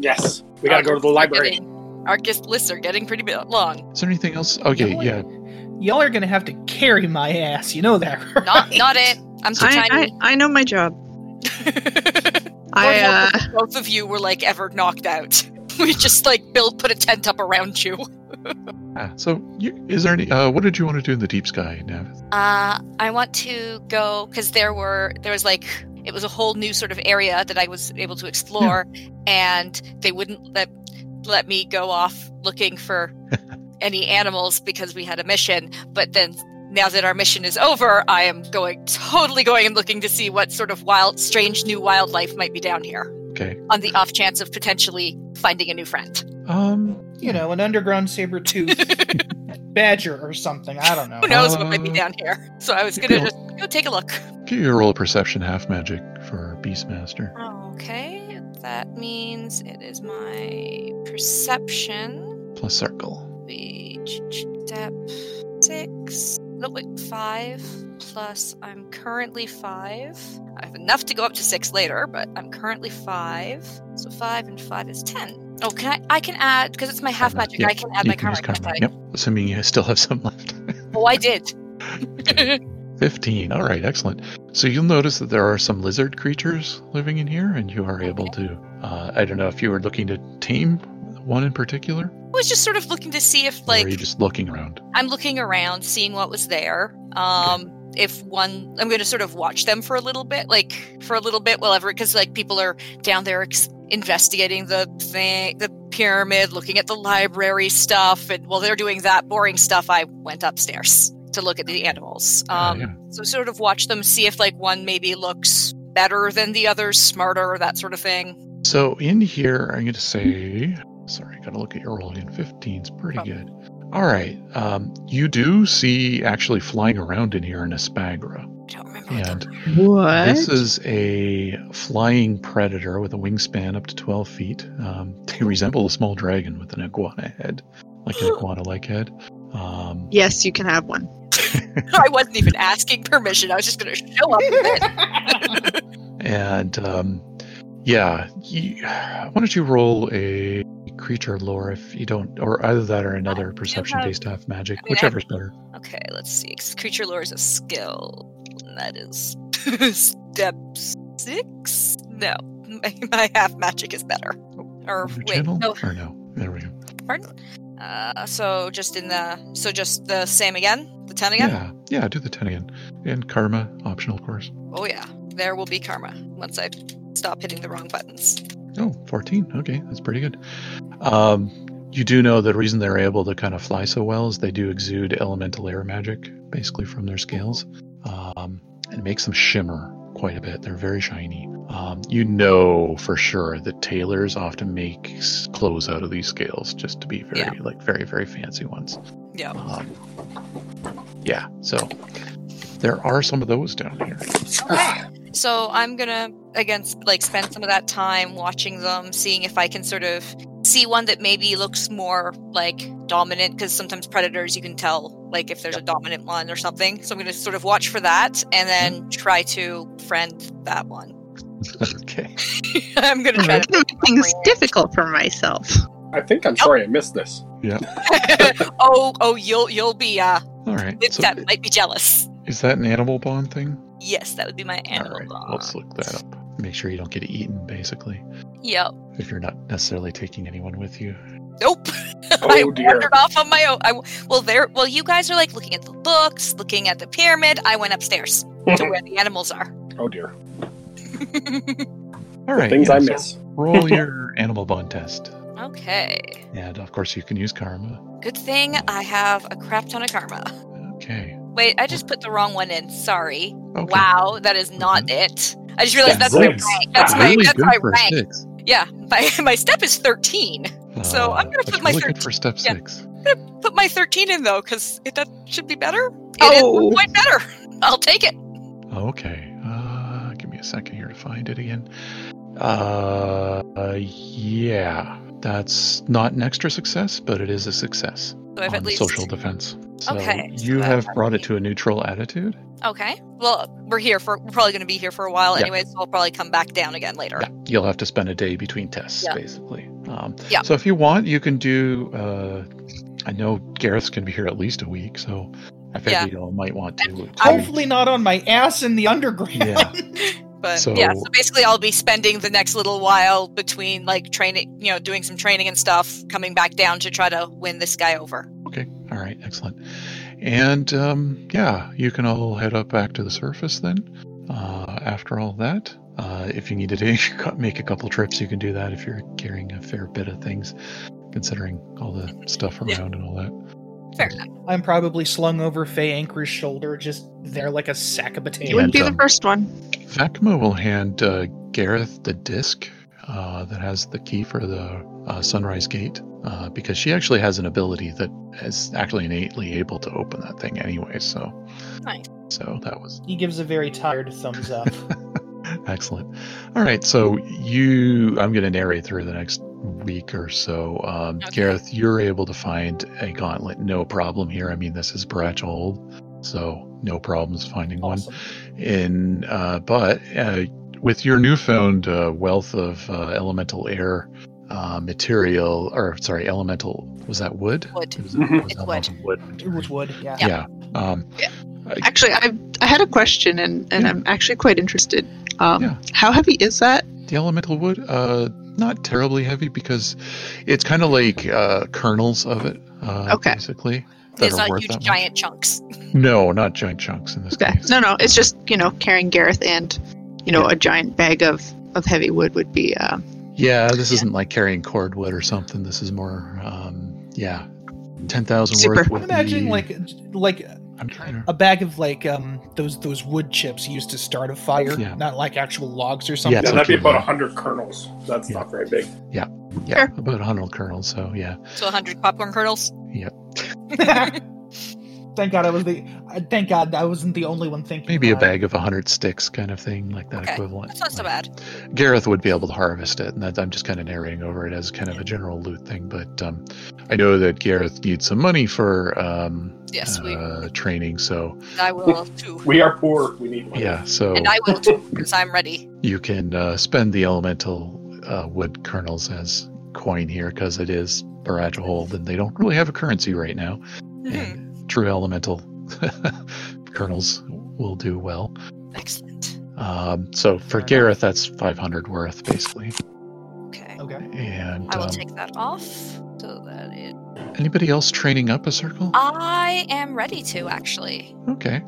Speaker 3: Yes, we gotta go to the library.
Speaker 5: getting, our guest lists are getting pretty bit long.
Speaker 2: Is there anything else? Okay,
Speaker 4: Y'all are-
Speaker 2: yeah,
Speaker 3: Oh.
Speaker 4: Y'all are gonna have to carry my ass. You know that, right?
Speaker 5: Not not it. I'm too
Speaker 6: I,
Speaker 5: tiny.
Speaker 6: I, I know my job. I,
Speaker 5: (laughs) Lord help
Speaker 6: uh,
Speaker 5: if both of you were like ever knocked out. (laughs) We just like build put a tent up around you.
Speaker 2: Ah, so, you, is there any? Uh, what did you want to do in the deep sky, Navith?
Speaker 5: Uh, I want to go because there were there was like it was a whole new sort of area that I was able to explore,
Speaker 6: Hmm.
Speaker 5: and they wouldn't let let me go off looking
Speaker 6: (laughs)
Speaker 5: for any animals because we had a mission. But then now that our mission is over, I am going totally going and looking to see what sort of wild, strange new wildlife might be down here
Speaker 2: Okay.
Speaker 5: on the off chance of potentially finding a new friend.
Speaker 2: Um.
Speaker 4: You know, an underground saber
Speaker 5: (laughs)
Speaker 4: tooth badger or something. I don't know.
Speaker 5: Who knows what might be
Speaker 2: Uh,
Speaker 5: down here? So I was
Speaker 2: you
Speaker 5: gonna
Speaker 2: know-
Speaker 5: just go take a look.
Speaker 2: Give you a roll of perception, half magic for Beastmaster.
Speaker 5: Okay, that means it is my perception.
Speaker 2: Plus circle.
Speaker 5: We ch- ch- step six. No, wait, five. Plus, I'm currently five. I have enough to go up to six later, but I'm currently five. So five and five is ten. Oh, can I? I can add because it's my half
Speaker 2: Karma,
Speaker 5: magic.
Speaker 2: Uh, yeah.
Speaker 5: I can add
Speaker 2: You
Speaker 5: my
Speaker 2: can
Speaker 5: karma.
Speaker 2: use
Speaker 5: can't I?
Speaker 2: Yep. Assuming you still have some left.
Speaker 5: Oh, I did.
Speaker 2: (laughs) Fifteen. All right. Excellent. So you'll notice that there are some lizard creatures living in here, and you are able to. Uh, I don't know if you were looking to tame one in particular,
Speaker 5: I was just sort of looking to see if
Speaker 2: or are
Speaker 5: like
Speaker 2: you just looking around?
Speaker 5: I'm looking around, seeing what was there. Um, if one, I'm going to sort of watch them for a little bit, like for a little bit, while ever because like people are down there ex- investigating the thing, the pyramid, looking at the library stuff, and while they're doing that boring stuff, I went upstairs to look at the animals.
Speaker 2: Uh,
Speaker 5: Um,
Speaker 2: yeah.
Speaker 5: So sort of watch them, see if like one maybe looks better than the others, smarter, that sort of thing.
Speaker 2: So in here, I'm going to say, sorry, got to look at your roll again. 15's pretty
Speaker 5: Oh.
Speaker 2: good. All right. Um, you do see actually flying around in here an Aspagra.
Speaker 5: I don't remember. what
Speaker 2: And
Speaker 6: what?
Speaker 2: this is a flying predator with a wingspan up to 12 feet. Um, (laughs) they resemble a small dragon with an iguana head, like
Speaker 5: (gasps)
Speaker 2: an iguana like head. Um,
Speaker 6: Yes, you can have one.
Speaker 5: the- (laughs) I wasn't even asking permission. I was just going to show up. With it.
Speaker 2: And um, yeah, you, why don't you roll a creature lore if you don't, or either that or another perception based half magic,
Speaker 5: I mean, I-
Speaker 2: whichever's better.
Speaker 5: Okay, let's see. Ex- Creature lore is a skill. and That is (laughs) step six. No, (laughs) my, my half magic is better. Or
Speaker 2: Your
Speaker 5: wait,
Speaker 2: channel?
Speaker 5: no.
Speaker 2: Or no? There we go.
Speaker 5: Pardon? Uh, so just in the so just the same again, the ten again.
Speaker 2: Yeah, yeah, do the 10 again. And karma, optional, of course.
Speaker 5: Oh yeah, there will be karma once I stop hitting the wrong buttons.
Speaker 2: Oh, 14. Okay, that's pretty good. Um, you do know the reason they're able to kind of fly so well is they do exude elemental air magic, basically from their scales, um, and it makes them shimmer quite a bit. They're very shiny. Um, you know for sure that tailors often make s- clothes out of these scales, just to be very like very very fancy ones.
Speaker 5: Yeah.
Speaker 2: Um, yeah. So there are some of those down here.
Speaker 5: So I'm gonna again s- like spend some of that time watching them, seeing if I can sort of see one that maybe looks more like dominant because sometimes predators you can tell like if there's a dominant one or something. So I'm gonna sort of watch for that and then try to friend that one.
Speaker 2: (laughs)
Speaker 5: (laughs)
Speaker 2: Okay.
Speaker 5: I'm gonna try
Speaker 6: I'm
Speaker 5: to.
Speaker 6: making things difficult for myself.
Speaker 3: I think I'm sorry I missed this.
Speaker 5: oh, oh, you'll you'll be uh,
Speaker 2: All right. So
Speaker 5: that might be jealous.
Speaker 2: is that an animal bond thing?
Speaker 5: Yes, that would be my animal. bond.
Speaker 2: Let's look that up. Make sure you don't get eaten, basically,
Speaker 5: Yep.
Speaker 2: if you're not necessarily taking anyone with you.
Speaker 5: Nope. I
Speaker 3: Oh dear.
Speaker 5: wandered off on my own. I, well, there. Well, you guys are like looking at the books, looking at the pyramid. I went
Speaker 2: (laughs)
Speaker 5: upstairs to where the animals are.
Speaker 3: Oh dear.
Speaker 2: All right.
Speaker 3: Things
Speaker 2: yeah,
Speaker 3: I
Speaker 2: so
Speaker 3: miss. (laughs)
Speaker 2: roll your animal bond test.
Speaker 5: Okay.
Speaker 2: And of course, you can use karma.
Speaker 5: Good thing I have a crap ton of karma.
Speaker 2: Okay.
Speaker 5: Wait, I just put the wrong one in. Sorry.
Speaker 2: okay. Mm-hmm.
Speaker 5: Wow, that is not it. I just realized
Speaker 2: That's
Speaker 5: that's, my
Speaker 2: nice.
Speaker 5: rank. That's my
Speaker 2: really
Speaker 5: that's
Speaker 2: good
Speaker 5: my
Speaker 2: for
Speaker 5: rank.
Speaker 2: six.
Speaker 5: Yeah. My (laughs) my step is thirteen. So I'm
Speaker 2: Uh,
Speaker 5: gonna put
Speaker 2: that's
Speaker 5: my
Speaker 2: really good
Speaker 5: 13
Speaker 2: for step
Speaker 5: yeah.
Speaker 2: six.
Speaker 5: Put my thirteen in though, because that should be better. It is
Speaker 6: Oh.
Speaker 5: quite better. I'll take it.
Speaker 2: Okay. Uh, give me a second here to find it again. Uh, uh, yeah, that's not an extra success, but it is a success
Speaker 5: So I've
Speaker 2: on
Speaker 5: at least
Speaker 2: social defense. So
Speaker 5: Okay, so
Speaker 2: you
Speaker 5: that
Speaker 2: have
Speaker 5: might
Speaker 2: brought
Speaker 5: be-
Speaker 2: it to a neutral attitude.
Speaker 5: Okay. Well, we're here for we're probably going to be here for a while
Speaker 2: Yeah.
Speaker 5: anyway, so I'll probably come back down again later.
Speaker 2: Yeah, you'll have to spend a day between tests,
Speaker 5: Yeah.
Speaker 2: basically. Um,
Speaker 5: Yeah.
Speaker 2: So if you want, you can do. Uh, I know Gareth's going to be here at least a week, so I
Speaker 5: Yeah.
Speaker 2: figured you all might want to.
Speaker 4: (laughs) Hopefully not on my ass in the underground.
Speaker 2: Yeah.
Speaker 5: But yeah, so
Speaker 2: So-
Speaker 5: basically I'll be spending the next little while between like training, you know, doing some training and stuff, coming back down to try to win this guy over.
Speaker 2: Okay. All right. Excellent. And um, yeah, you can all head up back to the surface then. Uh, after all that, uh, if you need to (laughs) take, make a couple trips, you can do that if you're carrying a fair bit of things, considering all the stuff
Speaker 5: (laughs) Yeah.
Speaker 2: around and all that.
Speaker 5: Fair enough.
Speaker 4: (laughs) I'm probably slung over Faye Anchor's shoulder, just there like a sack of
Speaker 6: You
Speaker 4: potatoes.
Speaker 2: Yeah.
Speaker 6: wouldn't be the
Speaker 2: dumb.
Speaker 6: first one.
Speaker 2: Vakma will hand uh, Gareth the disc uh, that has the key for the uh, Sunrise Gate uh, because she actually has an ability that is actually innately able to open that thing anyway. So,
Speaker 5: Nice.
Speaker 2: so that was
Speaker 4: He gives a very tired
Speaker 2: (laughs)
Speaker 4: thumbs up.
Speaker 2: Excellent. All right, so you, I'm going to narrate through the next week or so. Um,
Speaker 5: Okay.
Speaker 2: Gareth, you're able to find a gauntlet, no problem here. I mean, this is Brach Old, so no problems finding
Speaker 4: awesome.
Speaker 2: one. In uh, but uh, with your newfound uh, wealth of uh, elemental air uh, material, or sorry, elemental was that wood?
Speaker 5: Would.
Speaker 2: It was-
Speaker 3: Mhm.
Speaker 2: it was
Speaker 5: It's wood.
Speaker 2: elemental wood.
Speaker 4: It was wood, yeah.
Speaker 5: Yeah.
Speaker 2: Yeah. Um,
Speaker 6: Actually, I I had a question, and, and
Speaker 2: Yeah.
Speaker 6: I'm actually quite interested. Um,
Speaker 2: Yeah.
Speaker 6: How heavy is that?
Speaker 2: The elemental wood, uh, not terribly heavy because it's kind of like uh, kernels of it, uh,
Speaker 6: Okay.
Speaker 2: basically. that
Speaker 5: There's
Speaker 2: are
Speaker 5: not
Speaker 2: worth that
Speaker 5: uh, huge
Speaker 2: much.
Speaker 5: giant chunks.
Speaker 2: No, not giant chunks in this
Speaker 6: Okay.
Speaker 2: case.
Speaker 6: No, no, it's just you know carrying Gareth and you know
Speaker 2: Yeah.
Speaker 6: a giant bag of of heavy wood would be. Uh,
Speaker 2: Yeah, this
Speaker 5: Yeah.
Speaker 2: isn't like carrying cordwood or something. This is more, um, yeah, ten thousand
Speaker 6: Super.
Speaker 2: worth.
Speaker 4: I
Speaker 2: would
Speaker 4: can imagine
Speaker 2: be-
Speaker 4: like like
Speaker 2: I'm trying to.
Speaker 4: a bag of like um those those wood chips used to start a fire,
Speaker 2: Yeah.
Speaker 4: not like actual logs or something.
Speaker 3: Yeah,
Speaker 2: so
Speaker 3: that'd be
Speaker 2: true.
Speaker 3: about hundred kernels. That's
Speaker 2: Yeah.
Speaker 3: not very big.
Speaker 2: Yeah, about hundred kernels. So yeah,
Speaker 5: So 100 popcorn kernels.
Speaker 4: (laughs) thank God I was the uh, thank God I wasn't the only one thinking.
Speaker 2: maybe a
Speaker 4: about it.
Speaker 2: bag of hundred sticks, kind of thing, like that
Speaker 5: Okay,
Speaker 2: equivalent.
Speaker 5: That's not so
Speaker 2: Like,
Speaker 5: bad.
Speaker 2: Gareth would be able to harvest it, and that, I'm just kind of narrating over it as kind of a general loot thing. But um, I know that Gareth needs some money for um,
Speaker 5: Yes, we.
Speaker 2: uh, training, so (laughs)
Speaker 5: I will too.
Speaker 3: We are poor. We need money.
Speaker 2: yeah, so
Speaker 5: And I
Speaker 2: (laughs)
Speaker 5: will too, because I'm ready.
Speaker 2: you can uh, spend the elemental uh, wood kernels as coin here because it is Barrage Hold, and they don't really have a currency right now.
Speaker 5: Mhm.
Speaker 2: And true elemental (laughs) kernels will do well.
Speaker 5: Hmm, Excellent.
Speaker 2: Um, so
Speaker 4: Fair
Speaker 2: for
Speaker 4: enough.
Speaker 2: Gareth, that's 500 worth basically.
Speaker 5: Okay.
Speaker 4: Okay.
Speaker 2: And
Speaker 5: I will
Speaker 2: um,
Speaker 5: take that off. So that it. Uh,
Speaker 2: anybody else training up a circle?
Speaker 5: I am ready to actually.
Speaker 2: Okay.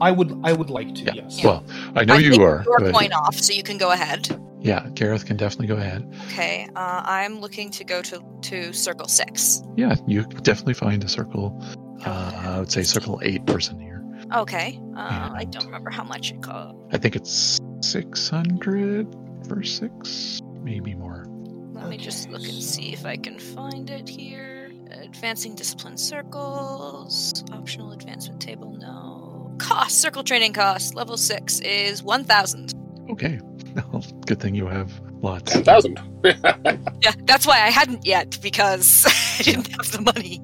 Speaker 4: I would I would like to.
Speaker 2: Yeah.
Speaker 4: Yes.
Speaker 5: Yeah.
Speaker 2: Well, I know
Speaker 5: I
Speaker 2: you
Speaker 5: think
Speaker 2: are.
Speaker 5: Your
Speaker 2: but-
Speaker 5: coin off, so you can go ahead.
Speaker 2: Yeah, Gareth can definitely go ahead.
Speaker 5: Okay, uh, I'm looking to go to to circle six.
Speaker 2: Yeah, you can definitely find a circle. Uh, I would say circle eight person here.
Speaker 5: Okay, uh, I
Speaker 2: And-
Speaker 5: don't remember how much it cost.
Speaker 2: I think it's 600 for six, maybe more.
Speaker 5: Let me just look and see if I can find it here. Advancing discipline circles, optional advancement table, no. cost, circle training cost, level six is 1,000.
Speaker 2: Okay. (laughs) Well, good thing you have lots.
Speaker 3: 10,000. (laughs)
Speaker 5: Yeah, that's why I hadn't yet because (laughs) I didn't have the money.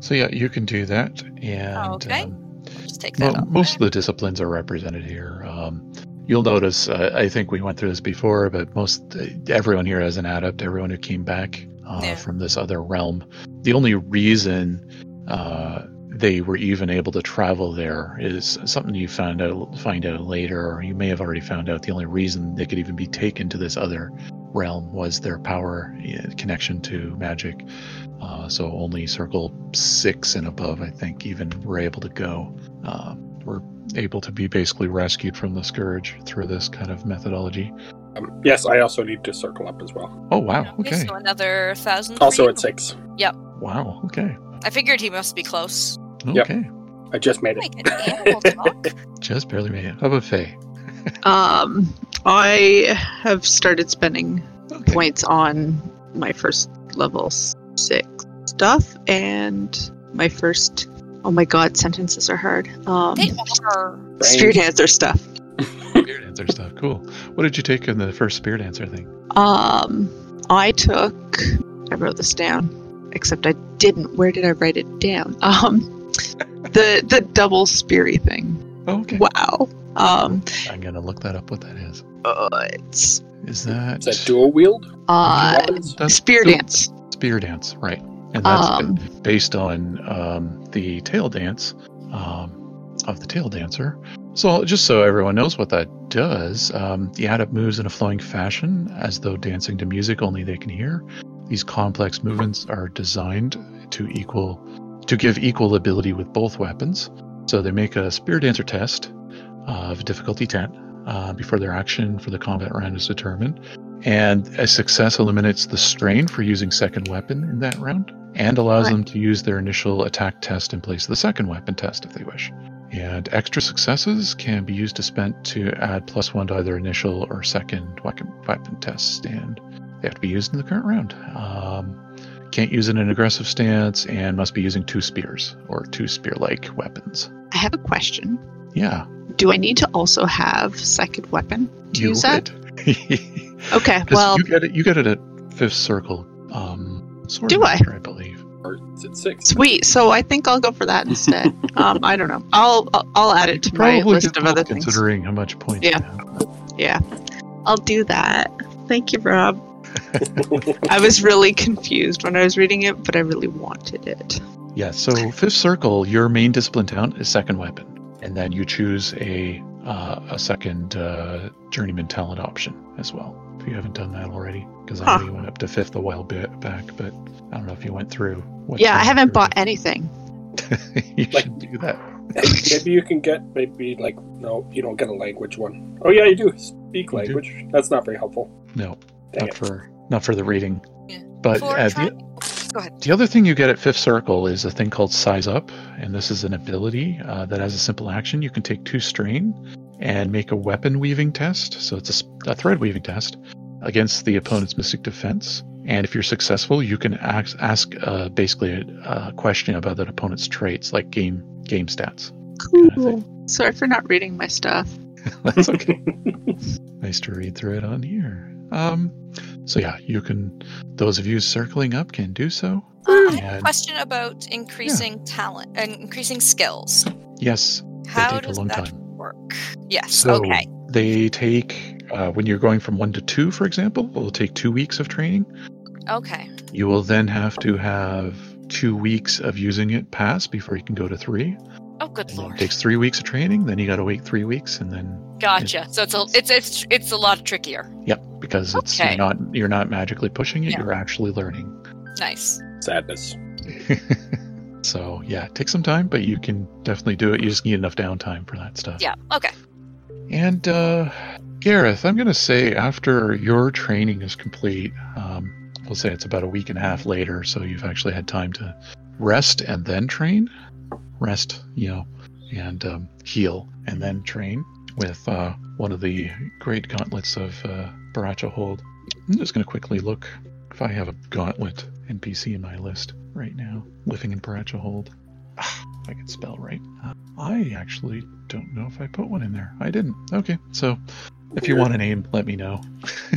Speaker 2: So yeah, you can do that. And
Speaker 5: Okay.
Speaker 2: um,
Speaker 5: Just take that
Speaker 2: Well,
Speaker 5: off.
Speaker 2: most of the disciplines are represented here. Um, you'll notice, uh, I think we went through this before, but most everyone here has an adept, everyone who came back uh,
Speaker 5: Yeah.
Speaker 2: from this other realm. The only reason uh, they were even able to travel there is something you found out find out later, or you may have already found out. The only reason they could even be taken to this other realm was their power uh, connection to magic. Uh, so only circle six and above, I think, even were able to go uh, were able to be basically rescued from the scourge through this kind of methodology.
Speaker 3: Um, yes, I also need to circle up as well.
Speaker 2: Oh wow!
Speaker 5: Okay,
Speaker 2: Okay.
Speaker 5: so another 1,000. for
Speaker 3: Also
Speaker 5: you.
Speaker 3: at six.
Speaker 2: Wow. Okay.
Speaker 5: I figured he must be close.
Speaker 3: Yep.
Speaker 2: Okay.
Speaker 3: I just made it.
Speaker 5: Like an
Speaker 2: (laughs)
Speaker 5: animal talk.
Speaker 2: Just barely made it. How about Faye?
Speaker 6: Um, I have started spending
Speaker 2: Okay.
Speaker 6: points on my first level six stuff and my first. Oh my god, sentences are hard. Um,
Speaker 5: They are.
Speaker 6: street dancer stuff.
Speaker 2: Spear dancer stuff. Cool. What did you take in the first spear dancer thing?
Speaker 6: Um, I took. I wrote this down, except I didn't. Where did I write it down? (laughs) Um, the the double speary thing.
Speaker 2: Oh, okay.
Speaker 6: Wow. Um,
Speaker 2: I'm gonna look that up. What that is?
Speaker 6: uh, it's
Speaker 2: Is that,
Speaker 3: Is that dual wield?
Speaker 6: uh,
Speaker 3: Weapons?
Speaker 2: that's
Speaker 6: spear
Speaker 2: dual-
Speaker 6: dance.
Speaker 2: spear dance? Right. And that's
Speaker 6: Um,
Speaker 2: based on um, the tail dance um, of the tail dancer. So, just so everyone knows what that does, um, the adept moves in a flowing fashion as though dancing to music only they can hear. These complex movements are designed to equal to give equal ability with both weapons. So they make a spear dancer test of difficulty 10 uh, before their action for the combat round is determined. And a success eliminates the strain for using second weapon in that round and allows
Speaker 6: Right.
Speaker 2: them to use their initial attack test in place of the second weapon test if they wish. And extra successes can be used to spent to add plus one to either initial or second weapon, weapon tests, and they have to be used in the current round. Um, can't use it in an aggressive stance and must be using two spears or two spear like weapons.
Speaker 6: I have a question.
Speaker 2: Yeah.
Speaker 6: Do I need to also have second weapon? to
Speaker 2: You
Speaker 6: use that?
Speaker 2: would. (laughs)
Speaker 6: Okay.
Speaker 2: 'Cause
Speaker 6: Well,
Speaker 2: you get it you get it at fifth circle um sword
Speaker 6: Do I?
Speaker 2: master, I? believe.
Speaker 3: Or is it
Speaker 6: (laughs)
Speaker 3: six?
Speaker 6: Sweet. So I think I'll go for that
Speaker 2: (laughs)
Speaker 6: instead. um, I don't know. I'll I'll, I'll add it to my list
Speaker 2: good
Speaker 6: of other
Speaker 2: luck
Speaker 6: things.
Speaker 2: considering how much points
Speaker 6: Yeah.
Speaker 2: you have.
Speaker 6: I'll do that. Thank you,
Speaker 2: (laughs)
Speaker 6: Rob. I was really confused when I was reading it, but I really wanted it.
Speaker 2: Yeah, so fifth circle, your main discipline talent is second weapon. And then you choose a uh, a second uh, journeyman talent option as well. If you haven't done that already, because I
Speaker 6: Huh.
Speaker 2: know you went up to fifth a while bit back, but I don't know if you went through. what
Speaker 6: yeah, I
Speaker 2: you
Speaker 6: haven't
Speaker 2: went
Speaker 6: bought
Speaker 2: through.
Speaker 6: anything.
Speaker 2: (laughs) you
Speaker 3: Like-
Speaker 2: should do that.
Speaker 3: maybe you can get, maybe like, no, you don't get a language one. Oh, yeah, you do. Speak
Speaker 2: You do.
Speaker 3: language. That's not very helpful.
Speaker 2: No,
Speaker 3: Dang
Speaker 2: not
Speaker 3: it.
Speaker 2: for not for the reading.
Speaker 5: Yeah.
Speaker 2: But
Speaker 5: for
Speaker 2: uh,
Speaker 5: try-
Speaker 2: the,
Speaker 5: Go ahead.
Speaker 2: the other thing you get at fifth circle is a thing called size up, and this is an ability uh, that has a simple action. You can take two strain and make a weapon weaving test. So it's a s a a thread weaving test against the opponent's mystic defense. And if you're successful, you can ask, ask uh, basically a, a question about that opponent's traits, like game game stats.
Speaker 6: Cool. Sorry for not reading my stuff.
Speaker 2: That's okay. nice to read through it on here. Um, so yeah, you can. Those of you circling up can do so.
Speaker 5: Uh, I have a
Speaker 2: And-
Speaker 5: question about increasing talent and increasing skills.
Speaker 2: Yes,
Speaker 5: How
Speaker 2: take a
Speaker 5: does
Speaker 2: long
Speaker 5: that
Speaker 2: time.
Speaker 5: work? Yes.
Speaker 2: So
Speaker 5: okay.
Speaker 2: they take uh, when you're going from one to two, for example. It'll take two weeks of training.
Speaker 5: Okay.
Speaker 2: You will then have to have two weeks of using it pass before you can go to three.
Speaker 5: Oh, good
Speaker 2: And then it
Speaker 5: lord.
Speaker 2: takes three weeks of training. Then you got to wait three weeks, and then
Speaker 5: Gotcha. So it's a it's it's it's a lot trickier.
Speaker 2: yep, because it's
Speaker 5: Okay.
Speaker 2: you're not you're not magically pushing it.
Speaker 5: Yeah.
Speaker 2: You're actually learning. (laughs)
Speaker 5: Nice.
Speaker 3: Sadness.
Speaker 2: so yeah, it takes some time, but you can definitely do it. You just need enough downtime for that stuff.
Speaker 5: Yeah. Okay.
Speaker 2: And uh, Gareth, I'm gonna say after your training is complete, um, we'll say it's about a week and a half later, so you've actually had time to rest and then train, rest, you know, and um, heal and then train with uh, one of the great gauntlets of uh, Baracha Hold. I'm just gonna quickly look if I have a gauntlet NPC in my list right now, living in Baracha Hold. Ah, I can spell right. Uh, I actually don't know if I put one in there. I didn't. Okay, so if you want a name, let me know.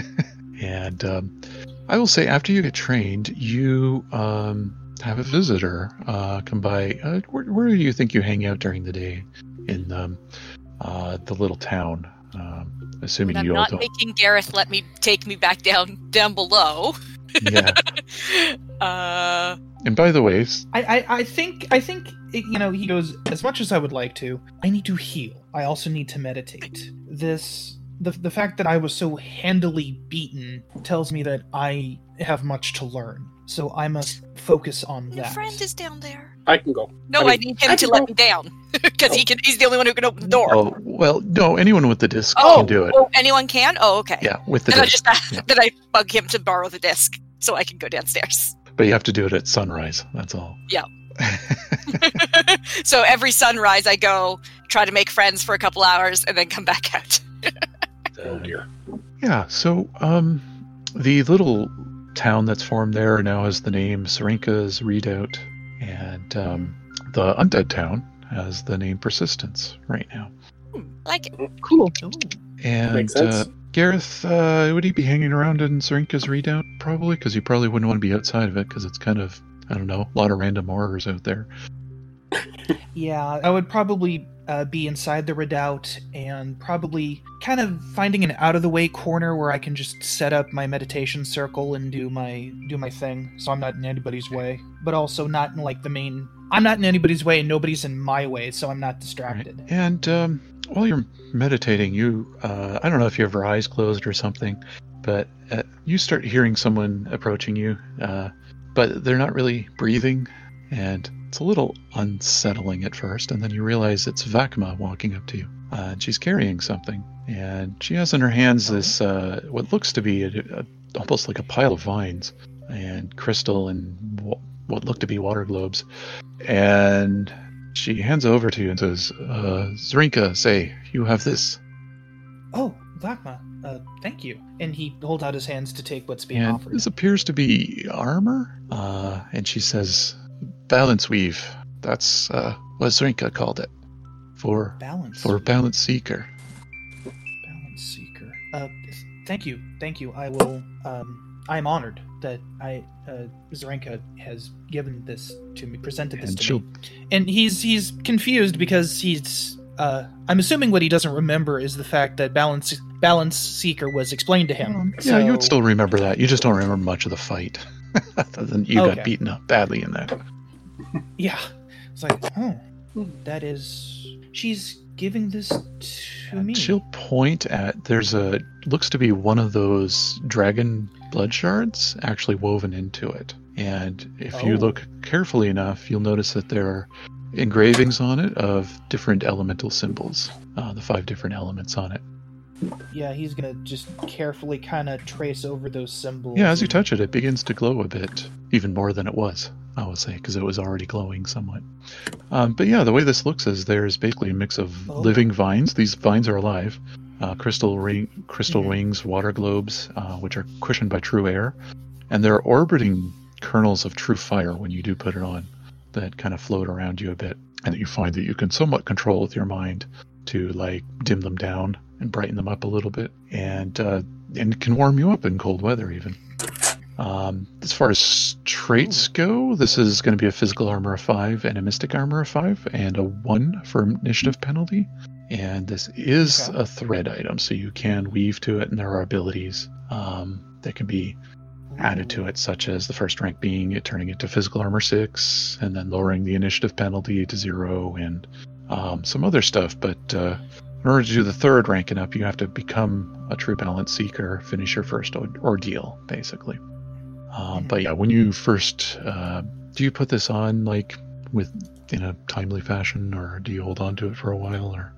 Speaker 2: (laughs) and um, I will say, after you get trained, you um, have a visitor uh, come by. Uh, where, where do you think you hang out during the day in um, uh, the little town? Um, assuming
Speaker 5: And I'm
Speaker 2: you all
Speaker 5: not
Speaker 2: don't.
Speaker 5: making Gareth let me take me back down down below.
Speaker 2: yeah.
Speaker 5: uh,
Speaker 2: And by the way, s-
Speaker 4: I, I, I think I think you know he goes as much as I would like to. I need to heal. I also need to meditate. This the the fact that I was so handily beaten tells me that I have much to learn. So I must focus on
Speaker 5: your
Speaker 4: that.
Speaker 5: friend is down there.
Speaker 3: I can go.
Speaker 5: No, I,
Speaker 3: I mean,
Speaker 5: need him
Speaker 3: I
Speaker 5: to
Speaker 3: can
Speaker 5: let
Speaker 3: go-
Speaker 5: me down (laughs) because he can. He's the only one who can open the door.
Speaker 2: oh, well, no, anyone with the disc can do it.
Speaker 5: oh, anyone can. Oh, okay.
Speaker 2: Yeah, with the
Speaker 5: Then I
Speaker 2: disc.
Speaker 5: just then I bug him to borrow the disc so I can go downstairs. (laughs)
Speaker 2: But you have to do it at sunrise. That's all. (laughs)
Speaker 5: Yeah. so every sunrise, I go try to make friends for a couple hours and then come back out.
Speaker 3: Oh dear.
Speaker 2: Uh, Yeah, so um, the little town that's formed there now has the name Serenka's Redoubt, and um, the undead town has the name Persistence right now.
Speaker 5: Like it.
Speaker 6: Cool.
Speaker 2: And
Speaker 3: Makes sense.
Speaker 2: Uh, Gareth, uh, would he be hanging around in Serenka's Redoubt? Probably, because you probably wouldn't want to be outside of it, because it's kind of, I don't know, a lot of random horrors out there.
Speaker 4: Yeah, I would probably uh, be inside the redoubt and probably kind of finding an out of the way corner where I can just set up my meditation circle and do my do my thing, so I'm not in anybody's way, but also not in like the main. I'm not in anybody's way, and nobody's in my way, so I'm not distracted.
Speaker 2: Right. And um, while you're meditating, you uh, I don't know if you have your eyes closed or something, but uh, you start hearing someone approaching you, uh, but they're not really breathing, and it's a little unsettling at first. And then you realize it's Vakma walking up to you. Uh, and she's carrying something, and she has in her hands this uh, what looks to be a, a, almost like a pile of vines and crystal and wa- what look to be water globes, and she hands it over to you and says, uh, Zrinka, say, you have this.
Speaker 4: Oh, Vakma, uh, thank you. And he holds out his hands to take what's being
Speaker 2: And
Speaker 4: offered.
Speaker 2: this appears to be armor. Uh, and she says, Balance Weave. That's uh, what Zrinka called it. For
Speaker 4: balance
Speaker 2: for Balance Seeker.
Speaker 4: balance seeker. Uh, th- thank you, thank you. I will. Um, I am honored that I uh, Zarenka has given this to me, presented this
Speaker 2: And
Speaker 4: to
Speaker 2: she'll
Speaker 4: me. And he's he's confused because he's. Uh, I'm assuming what he doesn't remember is the fact that balance balance seeker was explained to him.
Speaker 2: Um, yeah, you would
Speaker 4: So-
Speaker 2: still remember that. You just don't remember much of the fight. (laughs) Other than you
Speaker 4: Oh, Okay.
Speaker 2: got beaten up badly in that.
Speaker 4: Yeah, it's like, oh, that is. She's giving this to
Speaker 2: And
Speaker 4: me.
Speaker 2: She'll point at there's a looks to be one of those dragon blood shards actually woven into it. And if you
Speaker 4: Oh.
Speaker 2: look carefully enough, you'll notice that there are engravings on it of different elemental symbols, uh, the five different elements on it.
Speaker 4: Yeah, he's gonna just carefully kind of trace over those symbols.
Speaker 2: Yeah, as you
Speaker 4: and-
Speaker 2: touch it, it begins to glow a bit, even more than it was, I would say, because it was already glowing somewhat. Um, but yeah, the way this looks is there's basically a mix of
Speaker 4: Oh.
Speaker 2: living vines. These vines are alive. Uh, crystal ring, crystal
Speaker 4: Mhm.
Speaker 2: wings, water globes, uh, which are cushioned by true air, and they're orbiting kernels of true fire when you do put it on, that kind of float around you a bit, and that you find that you can somewhat control with your mind to like dim them down and brighten them up a little bit, and uh, and can warm you up in cold weather even. Um, as far as traits go, this is going to be a physical armor of five and a mystic armor of five, and a one for initiative penalty. And this is
Speaker 4: Okay.
Speaker 2: a thread item, so you can weave to it, and there are abilities um, that can be added to it, such as the first rank being it turning it to physical armor six, and then lowering the initiative penalty to zero, and um, some other stuff. But uh, in order to do the third ranking up, you have to become a true balance seeker, finish your first o- ordeal, basically. Um, But yeah, when you first uh, do you put this on like with in a timely fashion, or do you hold on to it for a while, or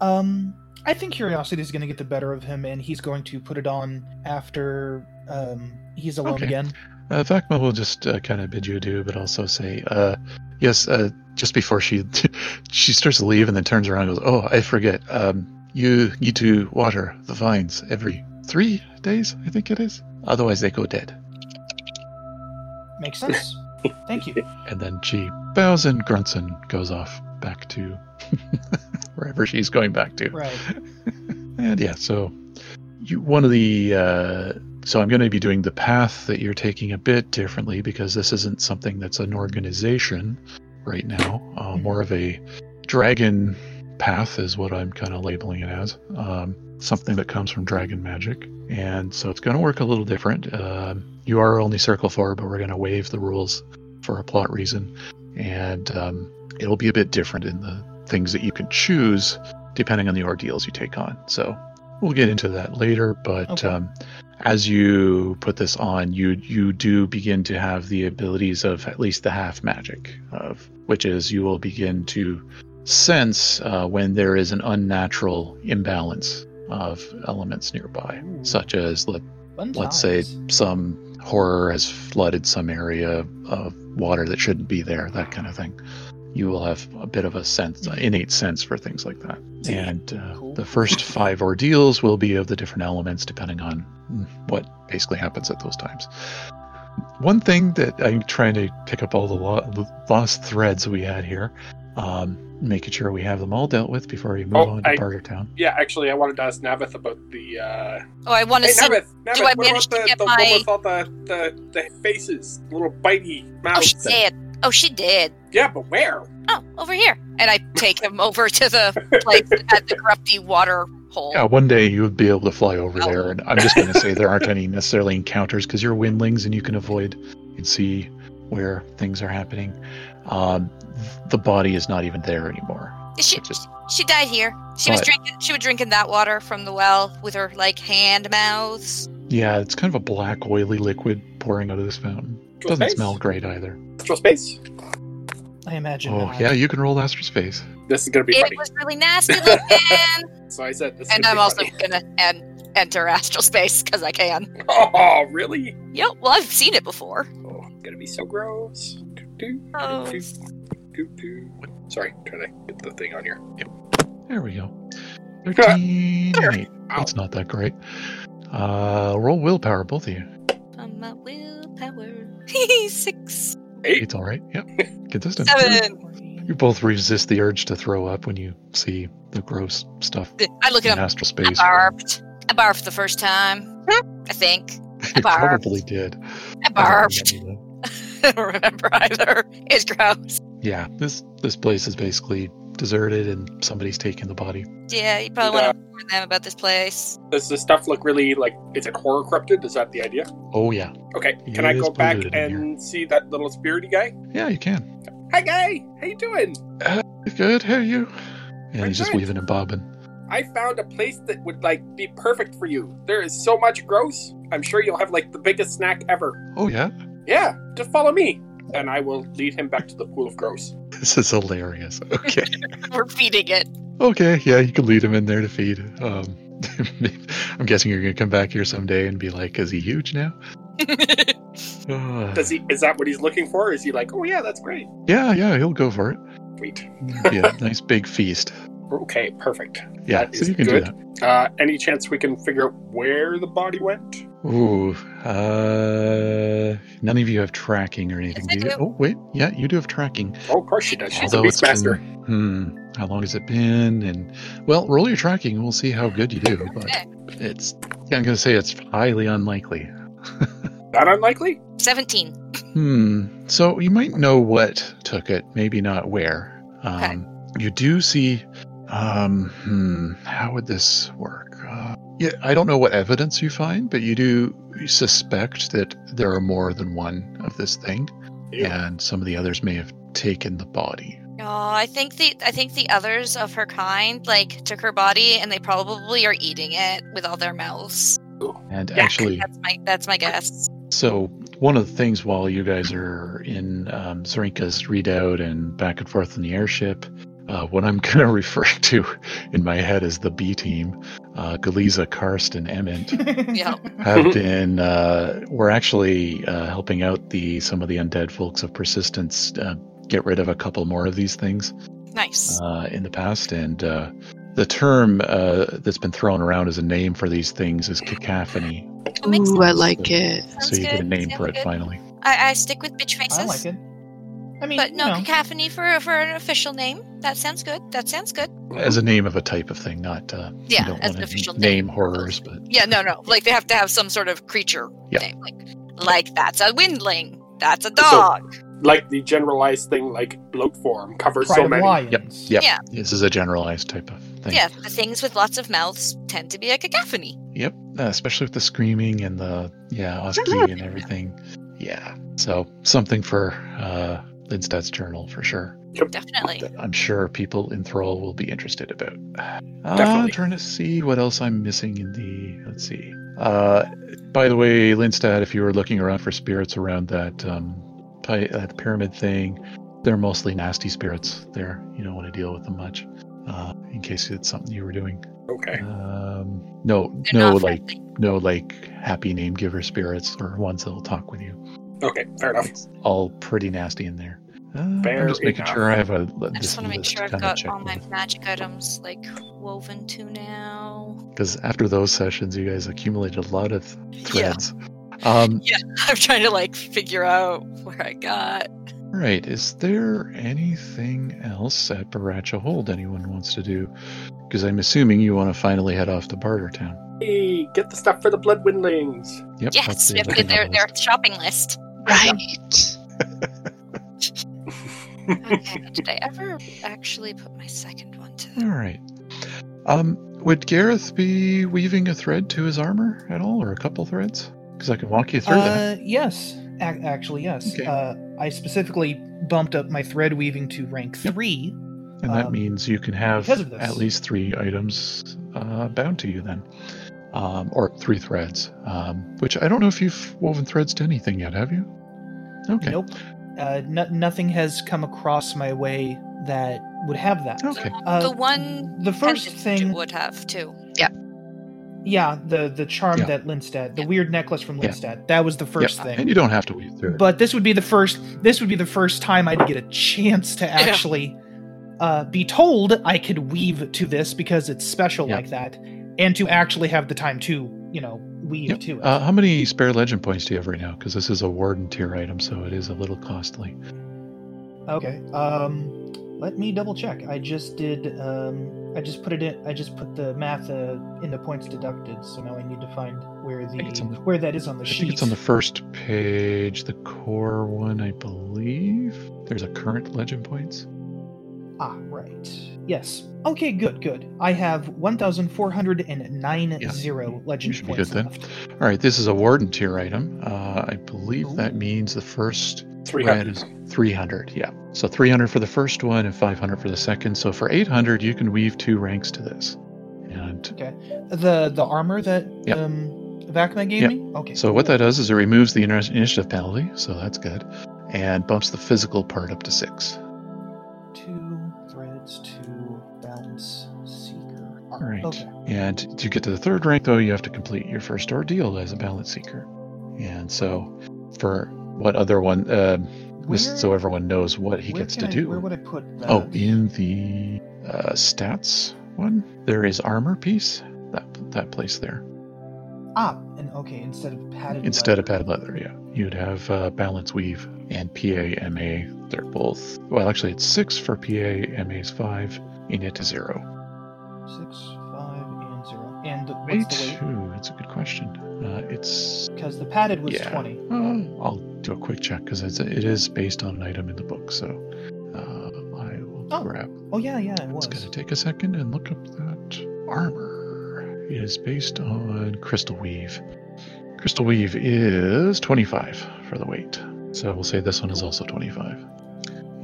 Speaker 4: Um, I think curiosity is going to get the better of him, and he's going to put it on after um, he's alone
Speaker 2: Okay.
Speaker 4: again.
Speaker 2: Uh, Vakma will just uh, kind of bid you adieu, but also say, uh, yes, uh, just before she (laughs) she starts to leave and then turns around and goes, oh, I forget. Um, you need to water the vines every three days, I think it is. Otherwise, they go dead. (laughs)
Speaker 4: Makes sense. Thank you.
Speaker 2: And then she bows and grunts and goes off back to (laughs) wherever she's going back to.
Speaker 4: Right.
Speaker 2: And yeah, so you one of the uh, so I'm going to be doing the path that you're taking a bit differently because this isn't something that's an organization right now. Uh, more of a dragon path is what I'm kind of labeling it as. Um, something that comes from dragon magic, and so it's going to work a little different. Um you are only circle four, but we're going to waive the rules for a plot reason, and um, it'll be a bit different in the things that you can choose depending on the ordeals you take on. So we'll get into that later, but
Speaker 4: Okay.
Speaker 2: um, as you put this on, you you do begin to have the abilities of at least the half magic of which is you will begin to sense uh, when there is an unnatural imbalance of elements nearby, such as let
Speaker 4: Fun
Speaker 2: let's say
Speaker 4: times.
Speaker 2: some horror has flooded some area of water that shouldn't be there that kind of thing you will have a bit of a sense an innate sense for things like that
Speaker 4: See?
Speaker 2: and uh,
Speaker 4: Cool.
Speaker 2: the first five ordeals will be of the different elements depending on what basically happens at those times one thing that i'm trying to pick up all the lo- the lost threads we had here um, making sure we have them all dealt with before we move
Speaker 3: Oh,
Speaker 2: on to
Speaker 3: I-
Speaker 2: Barter Town.
Speaker 3: Yeah, actually, I wanted to ask Navith about the. Uh...
Speaker 5: Oh, I want to
Speaker 3: Hey,
Speaker 5: send.
Speaker 3: Navith, Navith,
Speaker 5: I
Speaker 3: what
Speaker 5: manage
Speaker 3: about
Speaker 5: to
Speaker 3: the,
Speaker 5: get
Speaker 3: the
Speaker 5: my-
Speaker 3: one with all the, the, the faces, little bitey
Speaker 5: Oh,
Speaker 3: mouths?
Speaker 5: she
Speaker 3: thing?
Speaker 5: did. Oh, she did.
Speaker 3: Yeah, but where?
Speaker 5: Oh, over here. And I take him over to the place at the grubby water hole.
Speaker 2: Yeah, one day you would be able to fly over
Speaker 5: Oh.
Speaker 2: there, and I'm just going to say there aren't any necessarily encounters because you're windlings and you can avoid and see where things are happening. Um, the body is not even there anymore.
Speaker 5: She,
Speaker 2: It just
Speaker 5: she died here. She was
Speaker 2: Right.
Speaker 5: drinking. She was drinking that water from the well with her like hand mouths.
Speaker 2: yeah, it's kind of a black oily liquid pouring out of this fountain.
Speaker 3: Astral
Speaker 2: Doesn't
Speaker 3: space?
Speaker 2: smell great either.
Speaker 3: Astral space.
Speaker 4: I imagine.
Speaker 2: Oh
Speaker 4: not. (laughs)
Speaker 2: yeah, you can roll astral space.
Speaker 3: This is gonna be
Speaker 5: It
Speaker 3: funny.
Speaker 5: was really nasty looking.
Speaker 3: So I said this. Is
Speaker 5: and
Speaker 3: gonna
Speaker 5: I'm
Speaker 3: be
Speaker 5: also
Speaker 3: funny.
Speaker 5: gonna en- enter astral space because I can.
Speaker 3: Oh, really?
Speaker 5: Yep. Well, I've seen it before.
Speaker 3: Oh, it's gonna be so gross. Doo, doo,
Speaker 5: Oh,
Speaker 3: doo, doo, doo. Sorry, trying to get the thing on here.
Speaker 2: There we go. Thirteen. and eight.
Speaker 3: Ow.
Speaker 2: That's not that great. Uh, roll willpower, both of you.
Speaker 5: on my willpower. (laughs) Six,
Speaker 3: Eight.
Speaker 2: It's all right. Yep, consistent.
Speaker 5: seven.
Speaker 2: You both resist the urge to throw up when you see the gross stuff
Speaker 5: I look at
Speaker 2: in
Speaker 5: him.
Speaker 2: astral
Speaker 5: I
Speaker 2: space. (laughs)
Speaker 5: barfed. I barfed the first time.
Speaker 3: Hmm. (laughs)
Speaker 5: I think.
Speaker 2: You
Speaker 5: barfed.
Speaker 2: probably did.
Speaker 5: I
Speaker 2: I don't
Speaker 5: barfed.
Speaker 2: remember though.
Speaker 5: (laughs) I don't remember either. It's gross.
Speaker 2: (laughs) Yeah, this this place is basically deserted, and somebody's taking the body.
Speaker 5: Yeah, you probably
Speaker 3: Yeah.
Speaker 5: want to warn them about this place.
Speaker 3: Does this stuff look really like? Is it horror corrupted? Is that the idea?
Speaker 2: Oh yeah,
Speaker 3: Okay.
Speaker 2: It
Speaker 3: Can I
Speaker 2: is
Speaker 3: go back
Speaker 2: polluted in
Speaker 3: and see that little spirity guy?
Speaker 2: yeah, you can.
Speaker 3: Hi, guy. How you doing?
Speaker 2: Good, how are you? And
Speaker 3: I'm
Speaker 2: he's just
Speaker 3: good.
Speaker 2: weaving and bobbing.
Speaker 3: I found a place that would like be perfect for you. There is so much gross. I'm sure you'll have like the biggest snack ever.
Speaker 2: Oh yeah, (laughs)
Speaker 3: Yeah, just follow me, and I will lead him back to the pool of gross.
Speaker 2: this is hilarious. Okay,
Speaker 5: We're feeding it.
Speaker 2: okay, yeah, you can lead him in there to feed. Um, (laughs) I'm guessing you're gonna come back here someday and be like, "Is he huge now?" Uh,
Speaker 3: Does he? Is that what he's looking for? Is he like, oh yeah, that's great.
Speaker 2: yeah, yeah, he'll go for it.
Speaker 3: Sweet.
Speaker 2: Yeah, (laughs) nice big feast.
Speaker 3: Okay, perfect.
Speaker 2: Yeah,
Speaker 3: That
Speaker 2: so
Speaker 3: is
Speaker 2: you can do
Speaker 3: good.
Speaker 2: that.
Speaker 3: Uh, any chance we can figure out where the body went?
Speaker 2: Ooh, uh, none of you have tracking or anything,
Speaker 5: I
Speaker 2: do you?
Speaker 5: do.
Speaker 2: Oh, wait, yeah, you do have tracking.
Speaker 3: Oh, of course she does. She's a
Speaker 2: it's
Speaker 3: beastmaster.
Speaker 2: been- hmm, how long has it been? And well, roll your tracking. We'll see how good you do. But
Speaker 5: Okay.
Speaker 2: it's, yeah, I'm gonna say it's highly unlikely.
Speaker 3: That unlikely?
Speaker 5: (laughs) Seventeen.
Speaker 2: Hmm. So you might know what took it, maybe not where. Um,
Speaker 5: Okay.
Speaker 2: You do see. Um, hmm, how would this work? Uh, yeah, I don't know what evidence you find, but you do suspect that there are more than one of this thing, and some of the others may have taken the body.
Speaker 5: Oh, I think the I think the others of her kind like took her body and they probably are eating it with all their mouths.
Speaker 2: And
Speaker 3: Yuck.
Speaker 2: actually,
Speaker 5: That's my that's my
Speaker 4: (laughs)
Speaker 5: guess.
Speaker 2: So one of the things while you guys are in um, Zarinka's readout and back and forth in the airship, uh, what I'm (laughs) going to refer to in my head as the B team, uh, Galiza, Karsten, Emmett,
Speaker 5: Yeah.
Speaker 2: have been, uh, we're actually uh, helping out the some of the undead folks of Persistence uh, get rid of a couple more of these things
Speaker 5: Nice.
Speaker 2: uh, in the past, and uh, the term uh, that's been thrown around as a name for these things is cacophony.
Speaker 5: That makes
Speaker 6: Ooh,
Speaker 5: sense.
Speaker 6: I like it.
Speaker 5: Sounds
Speaker 2: so you get a
Speaker 5: good.
Speaker 2: name for
Speaker 5: Sounds
Speaker 2: it
Speaker 5: good.
Speaker 2: finally.
Speaker 5: I, I stick with bitch faces.
Speaker 4: I like it. I mean,
Speaker 5: But no
Speaker 4: you know,
Speaker 5: cacophony for for an official name. That sounds good. That sounds good.
Speaker 2: as a name of a type of thing, not uh, you
Speaker 5: Yeah,
Speaker 2: don't
Speaker 5: as
Speaker 2: wanna
Speaker 5: an official
Speaker 2: name
Speaker 5: name.
Speaker 2: horrors, but
Speaker 5: Yeah, no, no. Like they have to have some sort of creature
Speaker 2: Yeah.
Speaker 5: name. Like like that's a windling. That's a dog.
Speaker 3: Like the generalized thing, like bloat form covers
Speaker 4: Pride
Speaker 3: so
Speaker 4: of
Speaker 3: many.
Speaker 4: Lions.
Speaker 2: Yep.
Speaker 5: Yeah.
Speaker 2: this is a generalized type of thing.
Speaker 5: yeah, the things with lots of mouths tend to be a cacophony.
Speaker 2: Yep, uh, especially with the screaming and the yeah Oski and everything. Yeah, so something for uh, Lindstad's journal for sure.
Speaker 5: Definitely.
Speaker 2: That I'm sure people in Thrall will be interested about. I'm
Speaker 3: Definitely.
Speaker 2: Ah, trying to see what else I'm missing in the. Let's see. Uh, by the way, Lindstad, if you were looking around for spirits around that um, pi- that pyramid thing, they're mostly nasty spirits. There, you don't want to deal with them much. Uh, in case it's something you were doing.
Speaker 3: Okay.
Speaker 2: Um, no,
Speaker 5: They're
Speaker 2: no,
Speaker 5: not
Speaker 2: like
Speaker 5: friendly.
Speaker 2: no like happy name giver spirits or ones that'll talk with you.
Speaker 3: Okay. Fair enough.
Speaker 2: It's all pretty nasty in there. Uh,
Speaker 3: Fair
Speaker 2: I'm just making
Speaker 3: enough.
Speaker 2: sure I have a.
Speaker 5: I just want to make sure I've got all my magic items like woven to now.
Speaker 2: Because after those sessions, you guys accumulated a lot of threads. Um,
Speaker 5: (laughs) I'm trying to like figure out where I got.
Speaker 2: all right, is there anything else at Baracha Hold anyone wants to do? Because I'm assuming you want to finally head off to Barter Town.
Speaker 3: Hey, get the stuff for the blood windlings.
Speaker 2: Yep. that's
Speaker 5: Yes,
Speaker 2: the
Speaker 5: we have to
Speaker 2: other
Speaker 5: get
Speaker 2: thing
Speaker 5: their,
Speaker 2: on the list.
Speaker 5: their shopping list.
Speaker 6: Right.
Speaker 5: Okay, (laughs) did I ever actually put my second one
Speaker 4: Hmm,
Speaker 5: to
Speaker 2: All right. Um, would Gareth be weaving a thread to his armor at all, or a couple threads? Because I can walk you through that.
Speaker 4: Uh, yes, a- actually, yes.
Speaker 2: Okay.
Speaker 4: Uh, I specifically bumped up my thread weaving to rank
Speaker 2: Yep.
Speaker 4: three.
Speaker 2: And that
Speaker 4: Um,
Speaker 2: means you can have
Speaker 4: because of this.
Speaker 2: at least three items uh, bound to you then, um, or three threads. Um, which I don't know if you've woven threads to anything yet, have you? Okay.
Speaker 4: Nope. Uh, no- nothing has come across my way that would have that.
Speaker 2: Okay.
Speaker 4: Uh,
Speaker 5: the one
Speaker 4: the first
Speaker 5: pendant
Speaker 4: thing,
Speaker 5: you would have too.
Speaker 4: yeah, the the charm
Speaker 2: Yeah.
Speaker 4: that Lindstad, the
Speaker 5: Yeah.
Speaker 4: weird necklace from
Speaker 2: Yeah.
Speaker 4: Lindstad, that was the first
Speaker 2: Yeah,
Speaker 4: thing.
Speaker 2: And you don't have to weave through it.
Speaker 4: but this would be the first this would be the first time i'd get a chance to actually uh, be told i could weave to this because it's special
Speaker 2: Yeah.
Speaker 4: like that and to actually have the time to you know weave
Speaker 2: Yep.
Speaker 4: to it
Speaker 2: uh, how many spare legend points do you have right now? Because this is a warden tier item, so it is a little costly.
Speaker 4: okay um let me double check i just did um i just put it in i just put the math uh, in the points deducted so now i need to find where the,
Speaker 2: think it's on the-
Speaker 4: where that is on the
Speaker 2: I
Speaker 4: sheet
Speaker 2: think it's on the first page, the core one, I believe. There's a current legend points.
Speaker 4: ah right yes okay good good i have 1409
Speaker 2: Yeah.
Speaker 4: zero legend
Speaker 2: should be
Speaker 4: points
Speaker 2: good then.
Speaker 4: left
Speaker 2: All right, this is a warden tier item. Uh, I believe
Speaker 4: Ooh.
Speaker 2: that means the first
Speaker 3: Three
Speaker 2: Red
Speaker 3: hundred.
Speaker 2: is 300, yeah. So 300 for the first one and 500 for the second. So for 800, you can weave two ranks to this. And
Speaker 4: the the armor that
Speaker 2: Yep.
Speaker 4: um Vacma gave
Speaker 2: Yep.
Speaker 4: me. Okay.
Speaker 2: so what that does is it removes the inter- initiative penalty, so that's good, and bumps the physical part up to six.
Speaker 4: two threads to balance seeker.
Speaker 2: All
Speaker 4: armor.
Speaker 2: right.
Speaker 4: Okay.
Speaker 2: And to get to the third rank, though, you have to complete your first ordeal as a balance seeker. And so for what other one, uh, this-
Speaker 4: Where-
Speaker 2: so everyone knows what he
Speaker 4: where
Speaker 2: gets to
Speaker 4: can I-
Speaker 2: do.
Speaker 4: Where would I put that?
Speaker 2: Oh, in the uh, stats one, there is armor piece. That that place there.
Speaker 4: Ah, and okay, instead of padded.
Speaker 2: Instead of
Speaker 4: leather.
Speaker 2: padded leather, yeah, you'd have uh, balance weave and PA MA. They're both well, actually, it's six for PA. MA is five. Init is zero.
Speaker 4: six, five, and zero. And the-
Speaker 2: Wait,
Speaker 4: what's the weight?
Speaker 2: ooh, that's a good question. Uh, it's
Speaker 4: Because the padded was
Speaker 2: Yeah.
Speaker 4: twenty.
Speaker 2: uh, I'll do a quick check because it's it is based on an item in the book, so uh, I will
Speaker 4: Oh.
Speaker 2: grab
Speaker 4: Oh yeah, yeah, it
Speaker 2: It's
Speaker 4: was.
Speaker 2: going to take a second and look up that armor. It is based on Crystal Weave. Crystal Weave is 25 for the weight. So we'll say this one is also 25.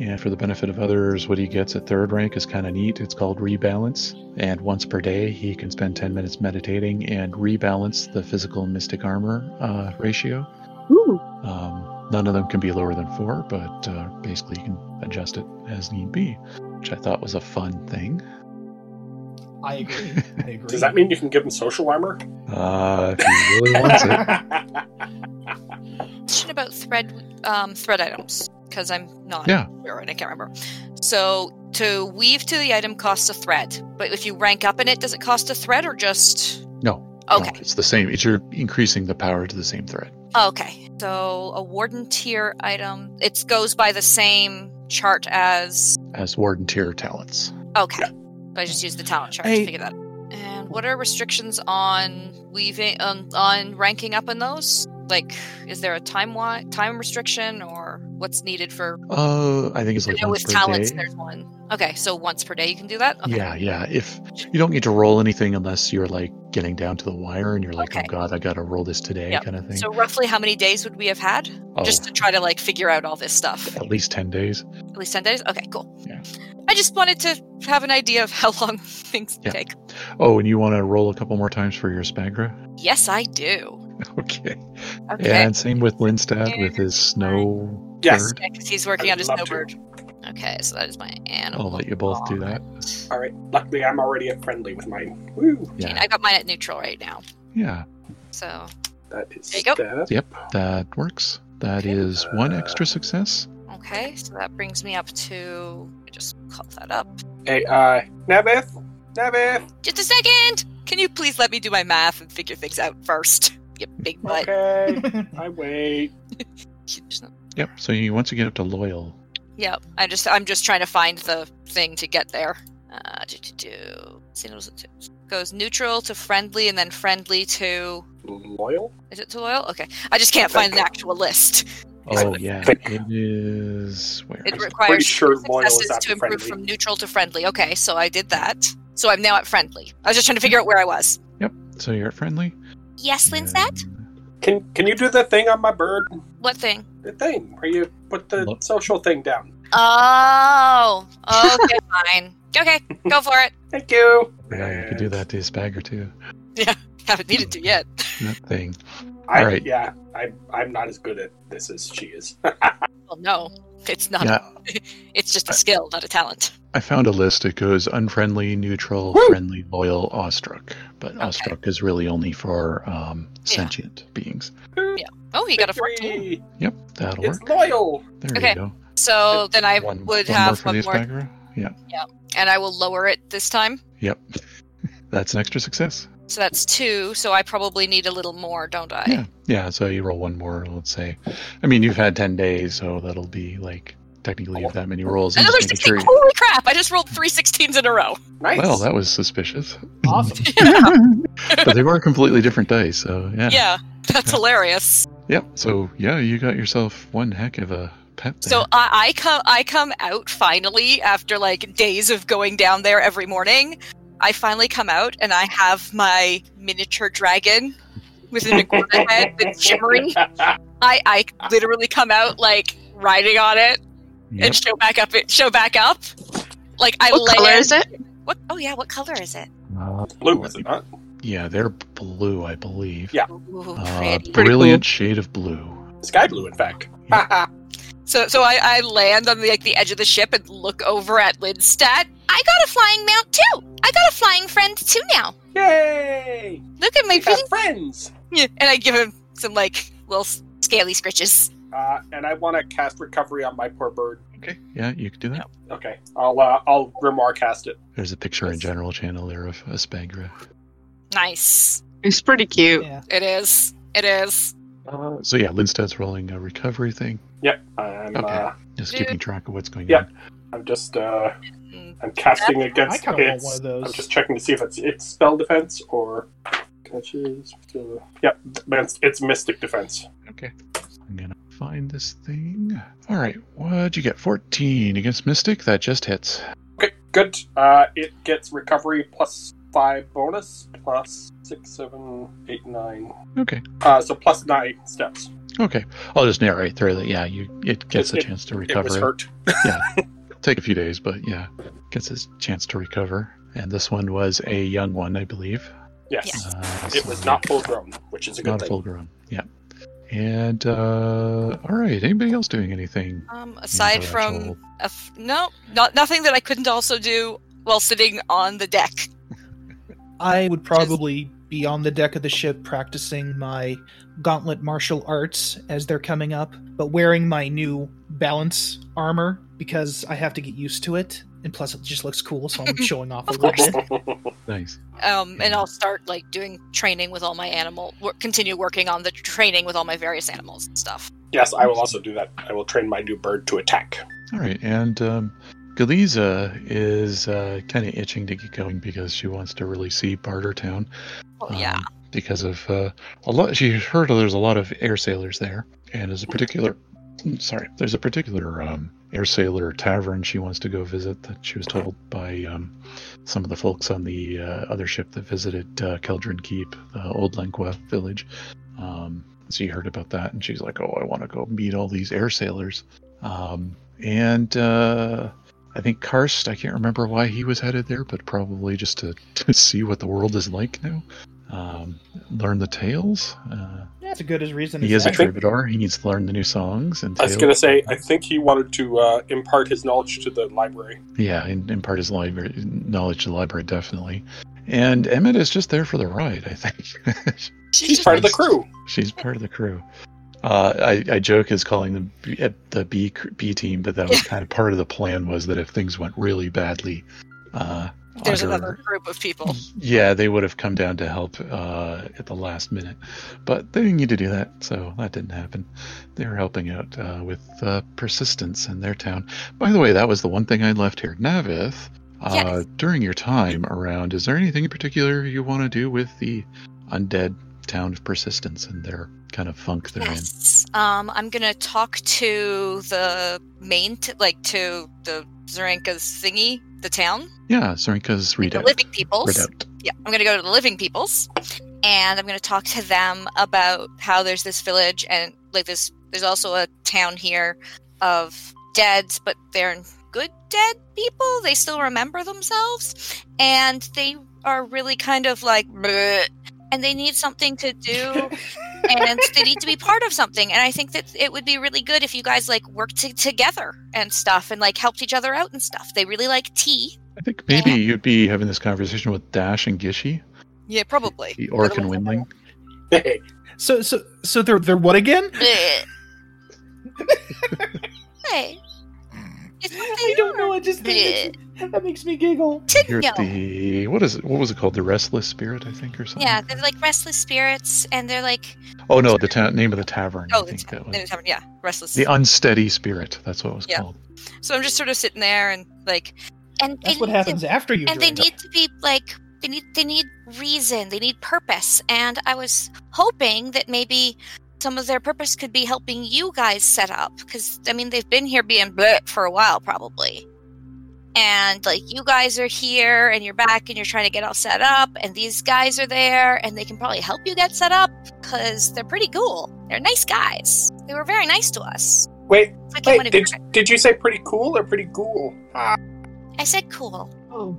Speaker 2: And for the benefit of others, what he gets at third rank is kind of neat. It's called Rebalance. And once per day, he can spend 10 minutes meditating and rebalance the physical and mystic armor uh, ratio.
Speaker 6: (laughs) Ooh.
Speaker 2: Um, none of them can be lower than four, but uh, basically you can adjust it as need be, which I thought was a fun thing.
Speaker 4: I
Speaker 2: (laughs)
Speaker 4: agree. I agree.
Speaker 3: Does that mean you can give them social armor?
Speaker 2: Uh, if he really wants it.
Speaker 5: Question about thread um, thread items because I'm not
Speaker 2: Yeah.
Speaker 5: sure and I can't remember. So to weave to the item costs a thread, but if you rank up in it, does it cost a thread or just
Speaker 2: No.
Speaker 5: Okay,
Speaker 2: No, it's the same. It's you're increasing the power to the same thread.
Speaker 5: okay. So a warden tier item. It goes by the same chart as.
Speaker 2: as warden tier talents.
Speaker 5: Okay. I just used the talent chart
Speaker 4: Hey.
Speaker 5: to figure that. out. And what are restrictions on leaving on, on ranking up in those? Like, is there a time wi- time restriction or what's needed for?
Speaker 2: Uh, I think it's
Speaker 5: I
Speaker 2: like
Speaker 5: know
Speaker 2: once
Speaker 5: with
Speaker 2: per
Speaker 5: talents,
Speaker 2: day.
Speaker 5: there's one. Okay, so once per day you can do that. Okay.
Speaker 2: Yeah, yeah. If you don't need to roll anything unless you're like getting down to the wire and you're like,
Speaker 5: Okay.
Speaker 2: oh god, I gotta roll this today,
Speaker 5: Yep.
Speaker 2: kind of thing.
Speaker 5: So roughly, how many days would we have had
Speaker 2: oh,
Speaker 5: just to try to like figure out all this stuff?
Speaker 2: at least ten days.
Speaker 5: At least ten days. Okay, cool.
Speaker 2: Yeah.
Speaker 5: I just wanted to have an idea of (laughs) how long things
Speaker 2: Yeah.
Speaker 5: take.
Speaker 2: Oh, and you want to roll a couple more times for your Spagra? (laughs)
Speaker 5: Yes, I do.
Speaker 2: Okay.
Speaker 5: Okay.
Speaker 2: And same with Linstad with his snow.
Speaker 3: (laughs) Yes.
Speaker 2: bird.
Speaker 5: Yeah, 'cause he's working
Speaker 3: I'd
Speaker 5: on his
Speaker 3: love to.
Speaker 5: snowbird. Okay, so that is my animal.
Speaker 2: I'll let you both do that.
Speaker 3: All right. Luckily, I'm already at friendly with mine. Woo!
Speaker 5: And
Speaker 2: Yeah.
Speaker 5: I got mine at neutral right now.
Speaker 2: Yeah.
Speaker 5: So
Speaker 3: That is
Speaker 5: There you go.
Speaker 3: that.
Speaker 2: Yep. That works. That is one extra success.
Speaker 5: okay, so that brings me up to I just call that up.
Speaker 3: Hey, uh, Navith, Navith.
Speaker 5: Just a second. Can you please let me do my math and figure things out first? You big butt.
Speaker 3: Okay,
Speaker 4: (laughs)
Speaker 3: I wait.
Speaker 2: Yep. So you once you get up to loyal.
Speaker 5: Yeah, I just I'm just trying to find the thing to get there. Uh, do, do, do. Signals and tips. Goes neutral to friendly and then friendly to
Speaker 3: Loyal.
Speaker 5: is it to loyal? Okay, I just can't find an actual list.
Speaker 2: Oh yeah. It is where
Speaker 5: It
Speaker 2: is it?
Speaker 5: requires
Speaker 3: sure
Speaker 5: two
Speaker 3: loyal is
Speaker 5: successes
Speaker 3: after
Speaker 5: to improve
Speaker 3: friendly.
Speaker 5: from neutral to friendly. Okay, so I did that. So I'm now at friendly. I was just trying to figure out where I was.
Speaker 2: So you're at friendly?
Speaker 5: Yes, Linsat.
Speaker 2: And-
Speaker 3: Can Can you do the thing on my bird?
Speaker 5: What thing?
Speaker 3: The thing where you put the
Speaker 2: Look.
Speaker 3: social thing down.
Speaker 5: Oh, (laughs) okay, fine. Okay, go for it. (laughs)
Speaker 3: Thank you.
Speaker 2: Yeah, you could do that to Spagger too.
Speaker 5: Haven't needed to yet.
Speaker 2: That thing.
Speaker 3: I,
Speaker 2: All right.
Speaker 3: Yeah, I, I'm not as good at this as she is. (laughs)
Speaker 5: Well, no, it's not.
Speaker 2: Yeah.
Speaker 5: It's just a (laughs) skill, not a talent.
Speaker 2: I found a list. It goes unfriendly, neutral,
Speaker 3: Woo!
Speaker 2: friendly, loyal, awestruck. But
Speaker 5: Okay.
Speaker 2: awestruck is really only for um,
Speaker 5: Yeah.
Speaker 2: sentient beings.
Speaker 5: Oh, you got a fourteen.
Speaker 3: Victory!
Speaker 2: Yep, that'll
Speaker 3: It's
Speaker 2: work.
Speaker 3: loyal.
Speaker 2: There
Speaker 5: Okay.
Speaker 2: you go.
Speaker 5: So then I
Speaker 2: One-
Speaker 5: would
Speaker 2: one
Speaker 5: have
Speaker 2: more
Speaker 5: one
Speaker 2: for
Speaker 5: more,
Speaker 2: the Aspagara? Yeah.
Speaker 5: and I will lower it this time.
Speaker 2: Yep. (laughs) That's an extra success.
Speaker 5: So that's two. So I probably need a little more, don't I?
Speaker 2: Yeah. Yeah. So you roll one more. Let's say. I mean, you've had ten days, so that'll be like technically you have that many rolls. I'm
Speaker 5: Another
Speaker 2: just making
Speaker 5: sixteen.
Speaker 2: sure-
Speaker 5: Holy crap! I just rolled three 16s in a row.
Speaker 3: Nice.
Speaker 2: Well, that was suspicious. (laughs)
Speaker 4: (laughs) Awesome.
Speaker 2: but they were completely different dice. So yeah.
Speaker 5: yeah, that's
Speaker 2: Yeah.
Speaker 5: hilarious.
Speaker 2: Yep. So yeah, you got yourself one heck of a pet.
Speaker 5: So
Speaker 2: there.
Speaker 5: I, I come, I come out finally after like days of going down there every morning. I finally come out and I have my miniature dragon with an iguana head
Speaker 3: (laughs)
Speaker 5: that's shimmering. I, I literally come out like riding on it
Speaker 2: Yep.
Speaker 5: and show back up. It show back up. Like (laughs) I
Speaker 6: What
Speaker 5: land.
Speaker 6: color is it?
Speaker 5: What? Oh yeah. What color is it?
Speaker 2: Uh,
Speaker 3: Blue, is it not?
Speaker 2: Yeah, they're blue, I believe.
Speaker 3: Yeah.
Speaker 5: Ooh,
Speaker 2: Uh,
Speaker 5: pretty.
Speaker 6: Pretty
Speaker 2: brilliant shade of blue.
Speaker 3: Sky blue, in fact.
Speaker 5: (laughs) So so I, I land on the, like the edge of the ship and look over at Lindstad. I got a flying mount too. I got a flying friend too now.
Speaker 3: Yay!
Speaker 5: Look at my
Speaker 3: We got
Speaker 5: feet.
Speaker 3: friends.
Speaker 5: Yeah, And I give him some like little s- scaly scritches.
Speaker 3: Uh, and I want to cast recovery on my poor bird.
Speaker 2: Okay. Yeah, you can do that.
Speaker 3: Okay, I'll uh, I'll grimoire cast it.
Speaker 2: There's a picture in general channel there of Aspagra.
Speaker 5: Nice.
Speaker 6: It's pretty cute.
Speaker 4: yeah.
Speaker 5: It is. It is.
Speaker 2: So yeah, Lindstad's rolling a recovery thing.
Speaker 3: Yep, I'm
Speaker 2: Okay.
Speaker 3: uh,
Speaker 2: Just
Speaker 5: Dude.
Speaker 2: keeping track of what's going
Speaker 3: Yeah.
Speaker 2: on.
Speaker 3: I'm just uh,
Speaker 5: Mm,
Speaker 3: I'm casting
Speaker 4: I
Speaker 3: against
Speaker 4: kind of want one
Speaker 3: its.
Speaker 4: of
Speaker 3: I'm
Speaker 4: those.
Speaker 3: just checking to see if it's its spell defense or catches. To... Yep, it's, it's mystic defense.
Speaker 2: Okay. I'm gonna find this thing. All right, what'd you get? 14 against Mystic. That just hits.
Speaker 3: Okay, good. Uh, it gets recovery plus five bonus plus six, seven, eight, nine.
Speaker 2: Okay.
Speaker 3: Uh, so plus nine steps.
Speaker 2: Okay. I'll just narrate through that. Yeah, you it gets
Speaker 3: It-
Speaker 2: a chance to
Speaker 3: It was
Speaker 2: recover.
Speaker 3: hurt.
Speaker 2: Take a few days, but yeah, gets a chance to recover. And this one was a young one, I believe.
Speaker 3: Yes,
Speaker 5: Yes.
Speaker 2: Uh,
Speaker 3: it
Speaker 2: so-
Speaker 3: was not full grown, which is a good
Speaker 2: not
Speaker 3: thing.
Speaker 2: full grown. Yeah. And uh, all right. Anybody else doing anything?
Speaker 5: Um, aside
Speaker 2: Intellectual.
Speaker 5: from a f- no, not nothing that I couldn't also do while sitting on the deck.
Speaker 4: I would probably be on the deck of the ship practicing my gauntlet martial arts as they're coming up, but wearing my new balance armor because I have to get used to it. And plus, it just looks cool,
Speaker 5: (laughs)
Speaker 4: so I'm showing off a
Speaker 5: Of
Speaker 4: little
Speaker 5: course.
Speaker 4: bit.
Speaker 2: Nice.
Speaker 5: Um, and I'll start like doing training with all my animal. Work, continue working on the training with all my various animals and stuff.
Speaker 3: (laughs) Yes, I will also do that. I will train my new bird to attack.
Speaker 2: All right, and um, Galiza is uh, kind of itching to get going because she wants to really see Bartertown.
Speaker 5: Oh yeah.
Speaker 2: um, because of uh, a lot, she heard there's a lot of air sailors there, and there's a particular, sorry, there's a particular um, air sailor tavern she wants to go visit that she was told by um, some of the folks on the uh, other ship that visited uh, Keldrin Keep, uh, Old Lenqua village. Um, she heard about that, and she's like, "Oh, I want to go meet all these air sailors." Um, and uh, I think Karst, I can't remember why he was headed there, but probably just to, (laughs) to see what the world is like now. Um, learn the tales. Uh,
Speaker 4: That's a good as reason.
Speaker 2: he
Speaker 4: as
Speaker 2: is a
Speaker 4: that.
Speaker 3: I think-
Speaker 2: troubadour. He needs to learn the new songs and
Speaker 3: I was
Speaker 2: tales.
Speaker 3: going to say, I think he wanted to uh, impart his knowledge to the library.
Speaker 2: Yeah, and impart his library knowledge to the library definitely. And Emmett is just there for the ride. I think (laughs)
Speaker 3: She's part of the crew. (laughs)
Speaker 2: she's part of the crew. Uh, I, I joke is calling them B- uh, the B cr- B team, but that
Speaker 3: (laughs)
Speaker 2: was kind of part of the plan was that if things went really badly, uh,
Speaker 5: There's
Speaker 2: under-
Speaker 5: another group of people.
Speaker 2: Yeah, they would have come down to help uh, at the last minute, but they didn't need to do that, so that didn't happen. They were helping out uh, with uh, persistence in their town. By the way, that was the one thing I left here. Navith, uh,
Speaker 5: Yes.
Speaker 2: during your time around, is there anything in particular you want to do with the undead town of persistence and their kind of funk they're in?
Speaker 5: Yes. Um, I'm gonna talk to the main, t- like to the Zarenka's thingy, the town,
Speaker 2: Yeah, Zarinka's
Speaker 5: the
Speaker 2: readout.
Speaker 5: living peoples.
Speaker 2: readout.
Speaker 5: yeah, I'm gonna go to the Living Peoples, and I'm gonna talk to them about how there's this village and like this. There's also a town here of deads, but they're good dead people. They still remember themselves, and they are really kind of like, "Bleh," and they need something to (laughs) do, and they need to be part of something. And I think that it would be really good if you guys like worked t- together and stuff, and like helped each other out and stuff. They really like tea.
Speaker 2: I think maybe you'd be having this conversation with Dash and Gishi,
Speaker 5: Yeah, probably.
Speaker 2: the orc and windling.
Speaker 4: So, so, so they're they're what again?
Speaker 5: Bleh. hey, it's what they
Speaker 4: I don't
Speaker 5: are.
Speaker 4: know. It just that makes, that makes me giggle.
Speaker 2: You're
Speaker 5: No.
Speaker 2: the what is it? What was it called? The Restless Spirit, I think, or something.
Speaker 5: Yeah, they're like restless spirits, and they're like
Speaker 2: Oh no, the ta- name of the tavern.
Speaker 5: oh,
Speaker 2: I
Speaker 5: the
Speaker 2: think
Speaker 5: ta-
Speaker 2: that
Speaker 5: the
Speaker 2: was
Speaker 5: tavern, yeah, restless.
Speaker 2: the Unsteady Spirit. That's what it was
Speaker 5: Yeah.
Speaker 2: called.
Speaker 5: so I'm just sort of sitting there and like, and they
Speaker 4: That's what
Speaker 5: need to-
Speaker 4: happens after you.
Speaker 5: and they
Speaker 4: drink.
Speaker 5: need to be like they need they need reason, they need purpose, and I was hoping that maybe some of their purpose could be helping you guys set up because I mean they've been here being bleh for a while probably, and like you guys are here and you're back and you're trying to get all set up, and these guys are there and they can probably help you get set up because they're pretty cool. They're nice guys. They were very nice to us.
Speaker 3: Wait,
Speaker 5: So I,
Speaker 3: wait
Speaker 5: can't
Speaker 3: did, did you say pretty cool or pretty cool? Ah,
Speaker 5: I said cool.
Speaker 4: Oh,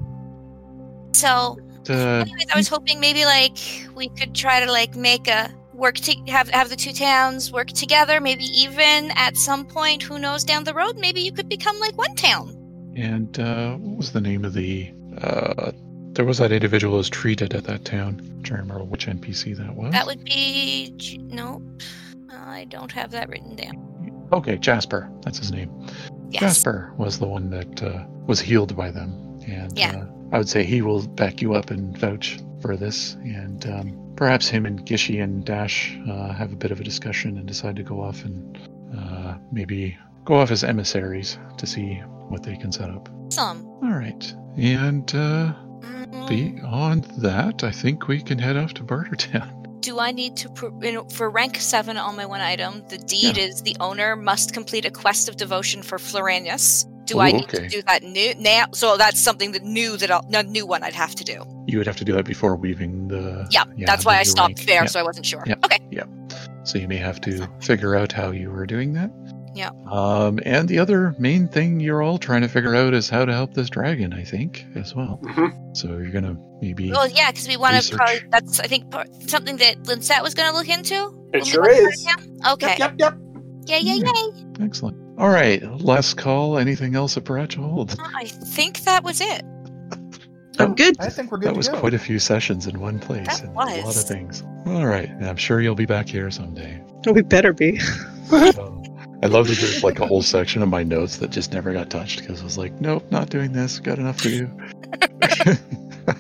Speaker 5: So
Speaker 2: Uh,
Speaker 5: Anyways, I was hoping maybe like we could try to like make a work to have have the two towns work together. Maybe even at some point, who knows, down the road, maybe you could become like one town.
Speaker 2: and uh, what was the name of the? Uh, there was that individual who was treated at that town. I'm trying to remember which NPC that was.
Speaker 5: That would be J- nope. I don't have that written down.
Speaker 2: okay, Jasper. That's his name.
Speaker 5: Yes.
Speaker 2: Jasper was the one that uh, was healed by them, and
Speaker 5: Yeah.
Speaker 2: uh, I would say he will back you up and vouch for this. And um, perhaps him and Gishi and Dash uh, have a bit of a discussion and decide to go off and uh, maybe go off as emissaries to see what they can set up.
Speaker 5: Some.
Speaker 2: All right, and uh,
Speaker 5: Mm,
Speaker 2: beyond that, I think we can head off to Bartertown. (laughs)
Speaker 5: Do I need to pr- you know, for rank seven on my one item? The deed is the owner must complete a quest of devotion for Floranius. Do I
Speaker 2: Ooh,
Speaker 5: need
Speaker 2: okay.
Speaker 5: to do that new now? So that's something that new that I'll, no, new one I'd have to do.
Speaker 2: You would have to do that before weaving the.
Speaker 5: Yeah, that's why
Speaker 2: the
Speaker 5: I
Speaker 2: new
Speaker 5: stopped
Speaker 2: rank.
Speaker 5: there,
Speaker 2: Yeah.
Speaker 5: so I wasn't sure.
Speaker 2: Yeah.
Speaker 5: Okay.
Speaker 2: So you may have to figure out how you were doing that.
Speaker 5: Yeah.
Speaker 2: Um, and the other main thing you're all trying to figure out is how to help this dragon, I think, as well.
Speaker 3: mhm.
Speaker 2: So you're gonna maybe
Speaker 5: Well, yeah, because we want to
Speaker 2: Research.
Speaker 5: probably. That's I think part, something that Linsat was going to look into. when we
Speaker 3: sure
Speaker 5: went to
Speaker 3: is.
Speaker 5: Chinatown. Okay.
Speaker 3: Yep, yep, yep.
Speaker 5: Yeah, yeah,
Speaker 2: Yeah.
Speaker 5: yeah.
Speaker 2: excellent. All right, last call. Anything else at Paratcha Hold? (laughs)
Speaker 5: I think that was it.
Speaker 6: I'm good.
Speaker 4: I think we're good
Speaker 2: That
Speaker 4: to
Speaker 2: was
Speaker 4: go.
Speaker 2: quite a few sessions in one place
Speaker 5: That
Speaker 2: and a lot
Speaker 5: was.
Speaker 2: of things. All right, and I'm sure you'll be back here someday.
Speaker 6: We better be.
Speaker 2: Um, I love that there's like a whole section of my notes that just never got touched because I was like, nope, not doing this. Got enough to (laughs)
Speaker 5: (laughs)
Speaker 2: do.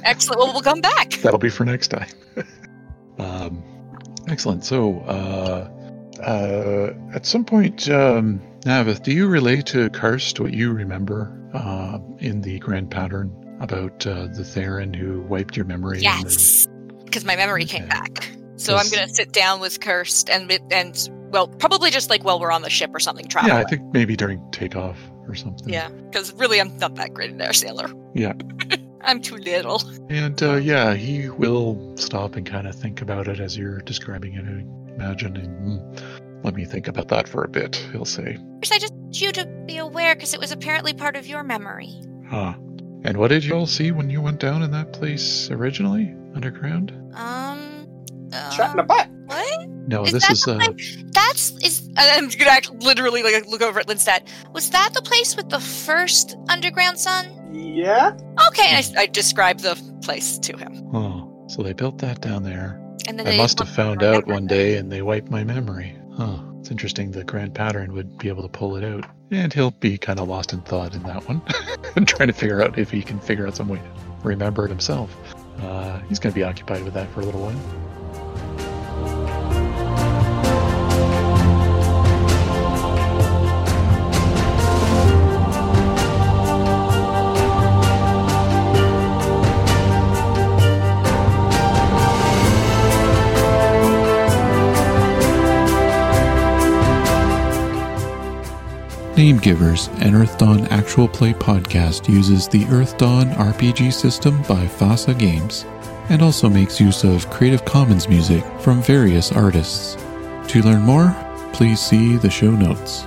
Speaker 5: Excellent. Well, we'll come back.
Speaker 2: That'll be for next time. um, excellent. So, uh, uh, at some point, um, Navith, do you relay to Karst what you remember uh, in the grand pattern about uh, the Theron who wiped your memory? and then-
Speaker 5: Yes, because my memory came
Speaker 2: Okay.
Speaker 5: back. So
Speaker 2: Yes.
Speaker 5: I'm gonna sit down with Kirst and mi- and well, probably just like while we're on the ship or something. Traveling.
Speaker 2: yeah, I think maybe during takeoff or something.
Speaker 5: Yeah, because really, I'm not that great an air sailor.
Speaker 2: Yeah.
Speaker 5: (laughs) I'm too little.
Speaker 2: And uh, yeah, he will stop and kind of think about it as you're describing it. I imagine, and, "Hmm, let me think about that for a bit, he'll say.
Speaker 5: First, I just want you to be aware because it was apparently part of your memory.
Speaker 2: Huh. And what did you all see when you went down in that place originally? Underground?
Speaker 5: Um.
Speaker 3: Shot in the
Speaker 5: um,
Speaker 3: butt.
Speaker 5: What?
Speaker 2: No,
Speaker 5: Is
Speaker 2: this
Speaker 5: that
Speaker 2: is
Speaker 5: the
Speaker 2: uh,
Speaker 5: place- That's is. I'm gonna act, literally like look over at Linstat. Was that the place with the first underground sun?
Speaker 3: Yeah.
Speaker 5: Okay, and I s- I, described the place to him,
Speaker 2: oh, so they built that down there.
Speaker 5: and then
Speaker 2: I
Speaker 5: they
Speaker 2: must
Speaker 5: want
Speaker 2: have
Speaker 5: me to
Speaker 2: found out
Speaker 5: remember
Speaker 2: one
Speaker 5: that.
Speaker 2: day and they wiped my memory. Huh. It's interesting the grand pattern would be able to pull it out. And he'll be kind of lost in thought in that one. (laughs) I'm trying to figure out if he can figure out some way to remember it himself. Uh, he's going to be occupied with that for a little while.
Speaker 1: Name Givers, an Earth Dawn actual play podcast, uses the Earth Dawn RPG system by FASA Games and also makes use of Creative Commons music from various artists. To learn more, please see the show notes.